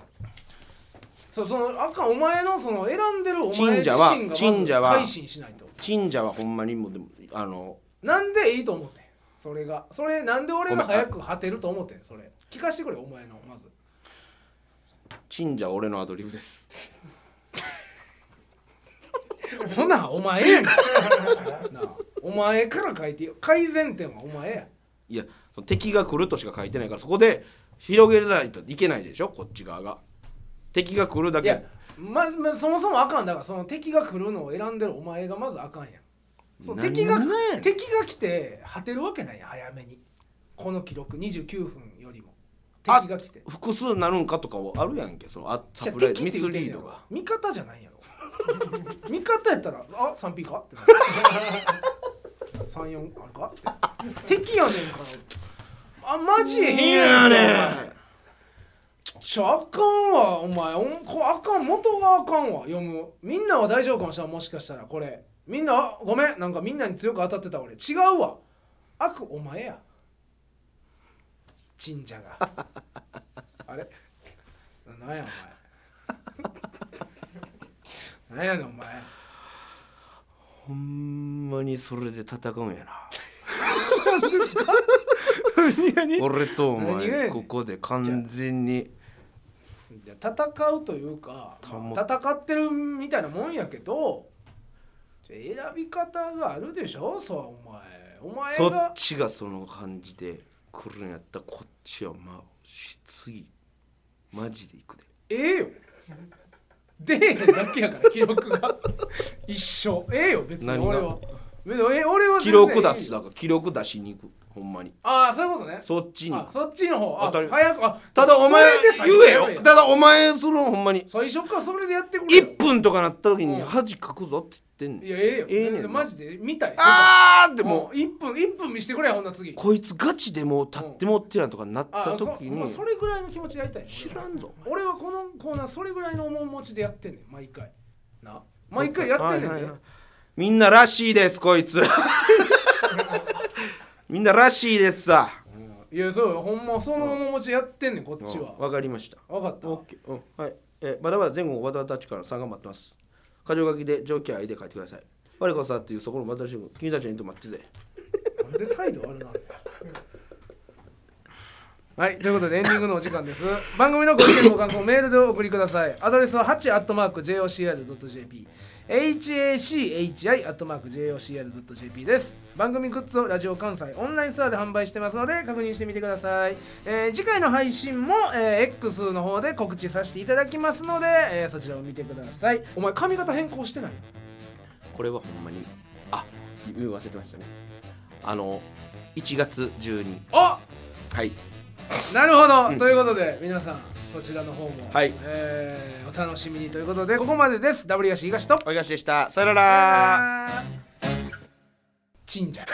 Speaker 2: そそのあかんお前のその選んでるお前自身
Speaker 1: チンジャ
Speaker 2: が
Speaker 1: は
Speaker 2: まず改心しないと
Speaker 1: 神社はほんまにもうでもあの
Speaker 2: なんでいいと思ってんそれがそれなんで俺が早く果てると思ってんそれ聞かしてくれお前のまず
Speaker 1: 神社は俺のアドリブです
Speaker 2: ほなお前ええやんなあお前から書いてよ改善点はお前や
Speaker 1: いやその敵が来るとしか書いてないからそこで広げないといけないでしょこっち側が敵が来るだ
Speaker 2: いや
Speaker 1: け
Speaker 2: まず、まそもそもあかんだからその敵が来るのを選んでるお前がまずあかんやんそう
Speaker 1: 何
Speaker 2: 敵が
Speaker 1: がやねん
Speaker 2: 敵が来て果てるわけないやん早めにこの記録29分よりも
Speaker 1: あ
Speaker 2: 敵が来て
Speaker 1: 複数なるんかとかはあるやんけそのあ
Speaker 2: じ
Speaker 1: サ
Speaker 2: ゃあ
Speaker 1: プライ
Speaker 2: 敵
Speaker 1: ズミス
Speaker 2: って言ってん
Speaker 1: リ
Speaker 2: や
Speaker 1: ード
Speaker 2: ろ
Speaker 1: が
Speaker 2: 味方じゃないんやろ 味方やったらあ 3P かって34ある かって敵やねんからあマジ変やねんちょあかんわお前おんこあかん元があかんわ読むみんなは大丈夫かもしれんもしかしたらこれみんなあごめんなんかみんなに強く当たってた俺違うわ悪お前や神社が あれななんやお前なんやねんお前
Speaker 1: ほんまにそれで戦うんや な 俺とお
Speaker 2: 何がやね
Speaker 1: 前
Speaker 2: ん
Speaker 1: ここで完全に
Speaker 2: いや戦うというか
Speaker 1: 保
Speaker 2: まあ戦ってるみたいなもんやけど選び方があるでしょそうお前
Speaker 1: そ
Speaker 2: お前
Speaker 1: っ
Speaker 2: が
Speaker 1: ちがその感じで来るんやったらこっちはまあし次マジで行くで
Speaker 2: ええよ出えへんだけやから記録 が一緒ええよ別に
Speaker 1: 何が
Speaker 2: 俺は別にえ俺は
Speaker 1: 記
Speaker 2: 全然
Speaker 1: 録出
Speaker 2: いい
Speaker 1: す
Speaker 2: よ
Speaker 1: だから記録出しに行くほんまに
Speaker 2: ああそういうことね
Speaker 1: そっちに
Speaker 2: あそっちの方あ
Speaker 1: 当たり
Speaker 2: 早くあ
Speaker 1: ただお前
Speaker 2: それで最初
Speaker 1: 言えよただお前そのほんまに
Speaker 2: 最初からそれでやってくれよ
Speaker 1: 1分とかなった時に
Speaker 2: うん
Speaker 1: 恥かくぞって言ってん
Speaker 2: い
Speaker 1: ねん
Speaker 2: やええよ
Speaker 1: ええねんな
Speaker 2: 全然マジで見たい
Speaker 1: あーでも
Speaker 2: でもう1分1分見してくれよほんなら次
Speaker 1: こいつガチでもう立ってもってなとかなっ
Speaker 2: あ
Speaker 1: た
Speaker 2: そ
Speaker 1: 時
Speaker 2: も
Speaker 1: に
Speaker 2: うそれぐらいの気持ちでやりたい
Speaker 1: 知らんぞ
Speaker 2: 俺はこのコーナーそれぐらいの面持ちでやってんねん毎回な毎回やってんねん
Speaker 1: は
Speaker 2: で
Speaker 1: いはいはいみんならしいですこい つみんならしいですさ
Speaker 2: いやそうよほんまその面持ちでやってんねんこっちは
Speaker 1: わかりました
Speaker 2: 分かった
Speaker 1: オッケーうんはいえーまだまだ前後和田たちから参加待ってます箇条書きで上記愛で書いてください我こそはっていうそこの私君君たちにと待ってて
Speaker 2: なんで態度悪なんだよはいということでエンディングのお時間です番組のご意見ご感想メールでお送りくださいアドレスは 8-jocr.jp hachi.jocr.jp です番組グッズをラジオ関西オンラインストアで販売してますので確認してみてください、えー次回の配信も、えー X の方で告知させていただきますので、えーそちらを見てくださいお前髪型変更してない
Speaker 1: これはほんまにあ言う忘れてましたねあの1月12
Speaker 2: あ
Speaker 1: はい
Speaker 2: なるほど、ということで皆さんそちらの方も、
Speaker 1: はい
Speaker 2: えーお楽しみにということでここまでです W 東東と
Speaker 1: おいがしでしたさよなら
Speaker 2: あ神社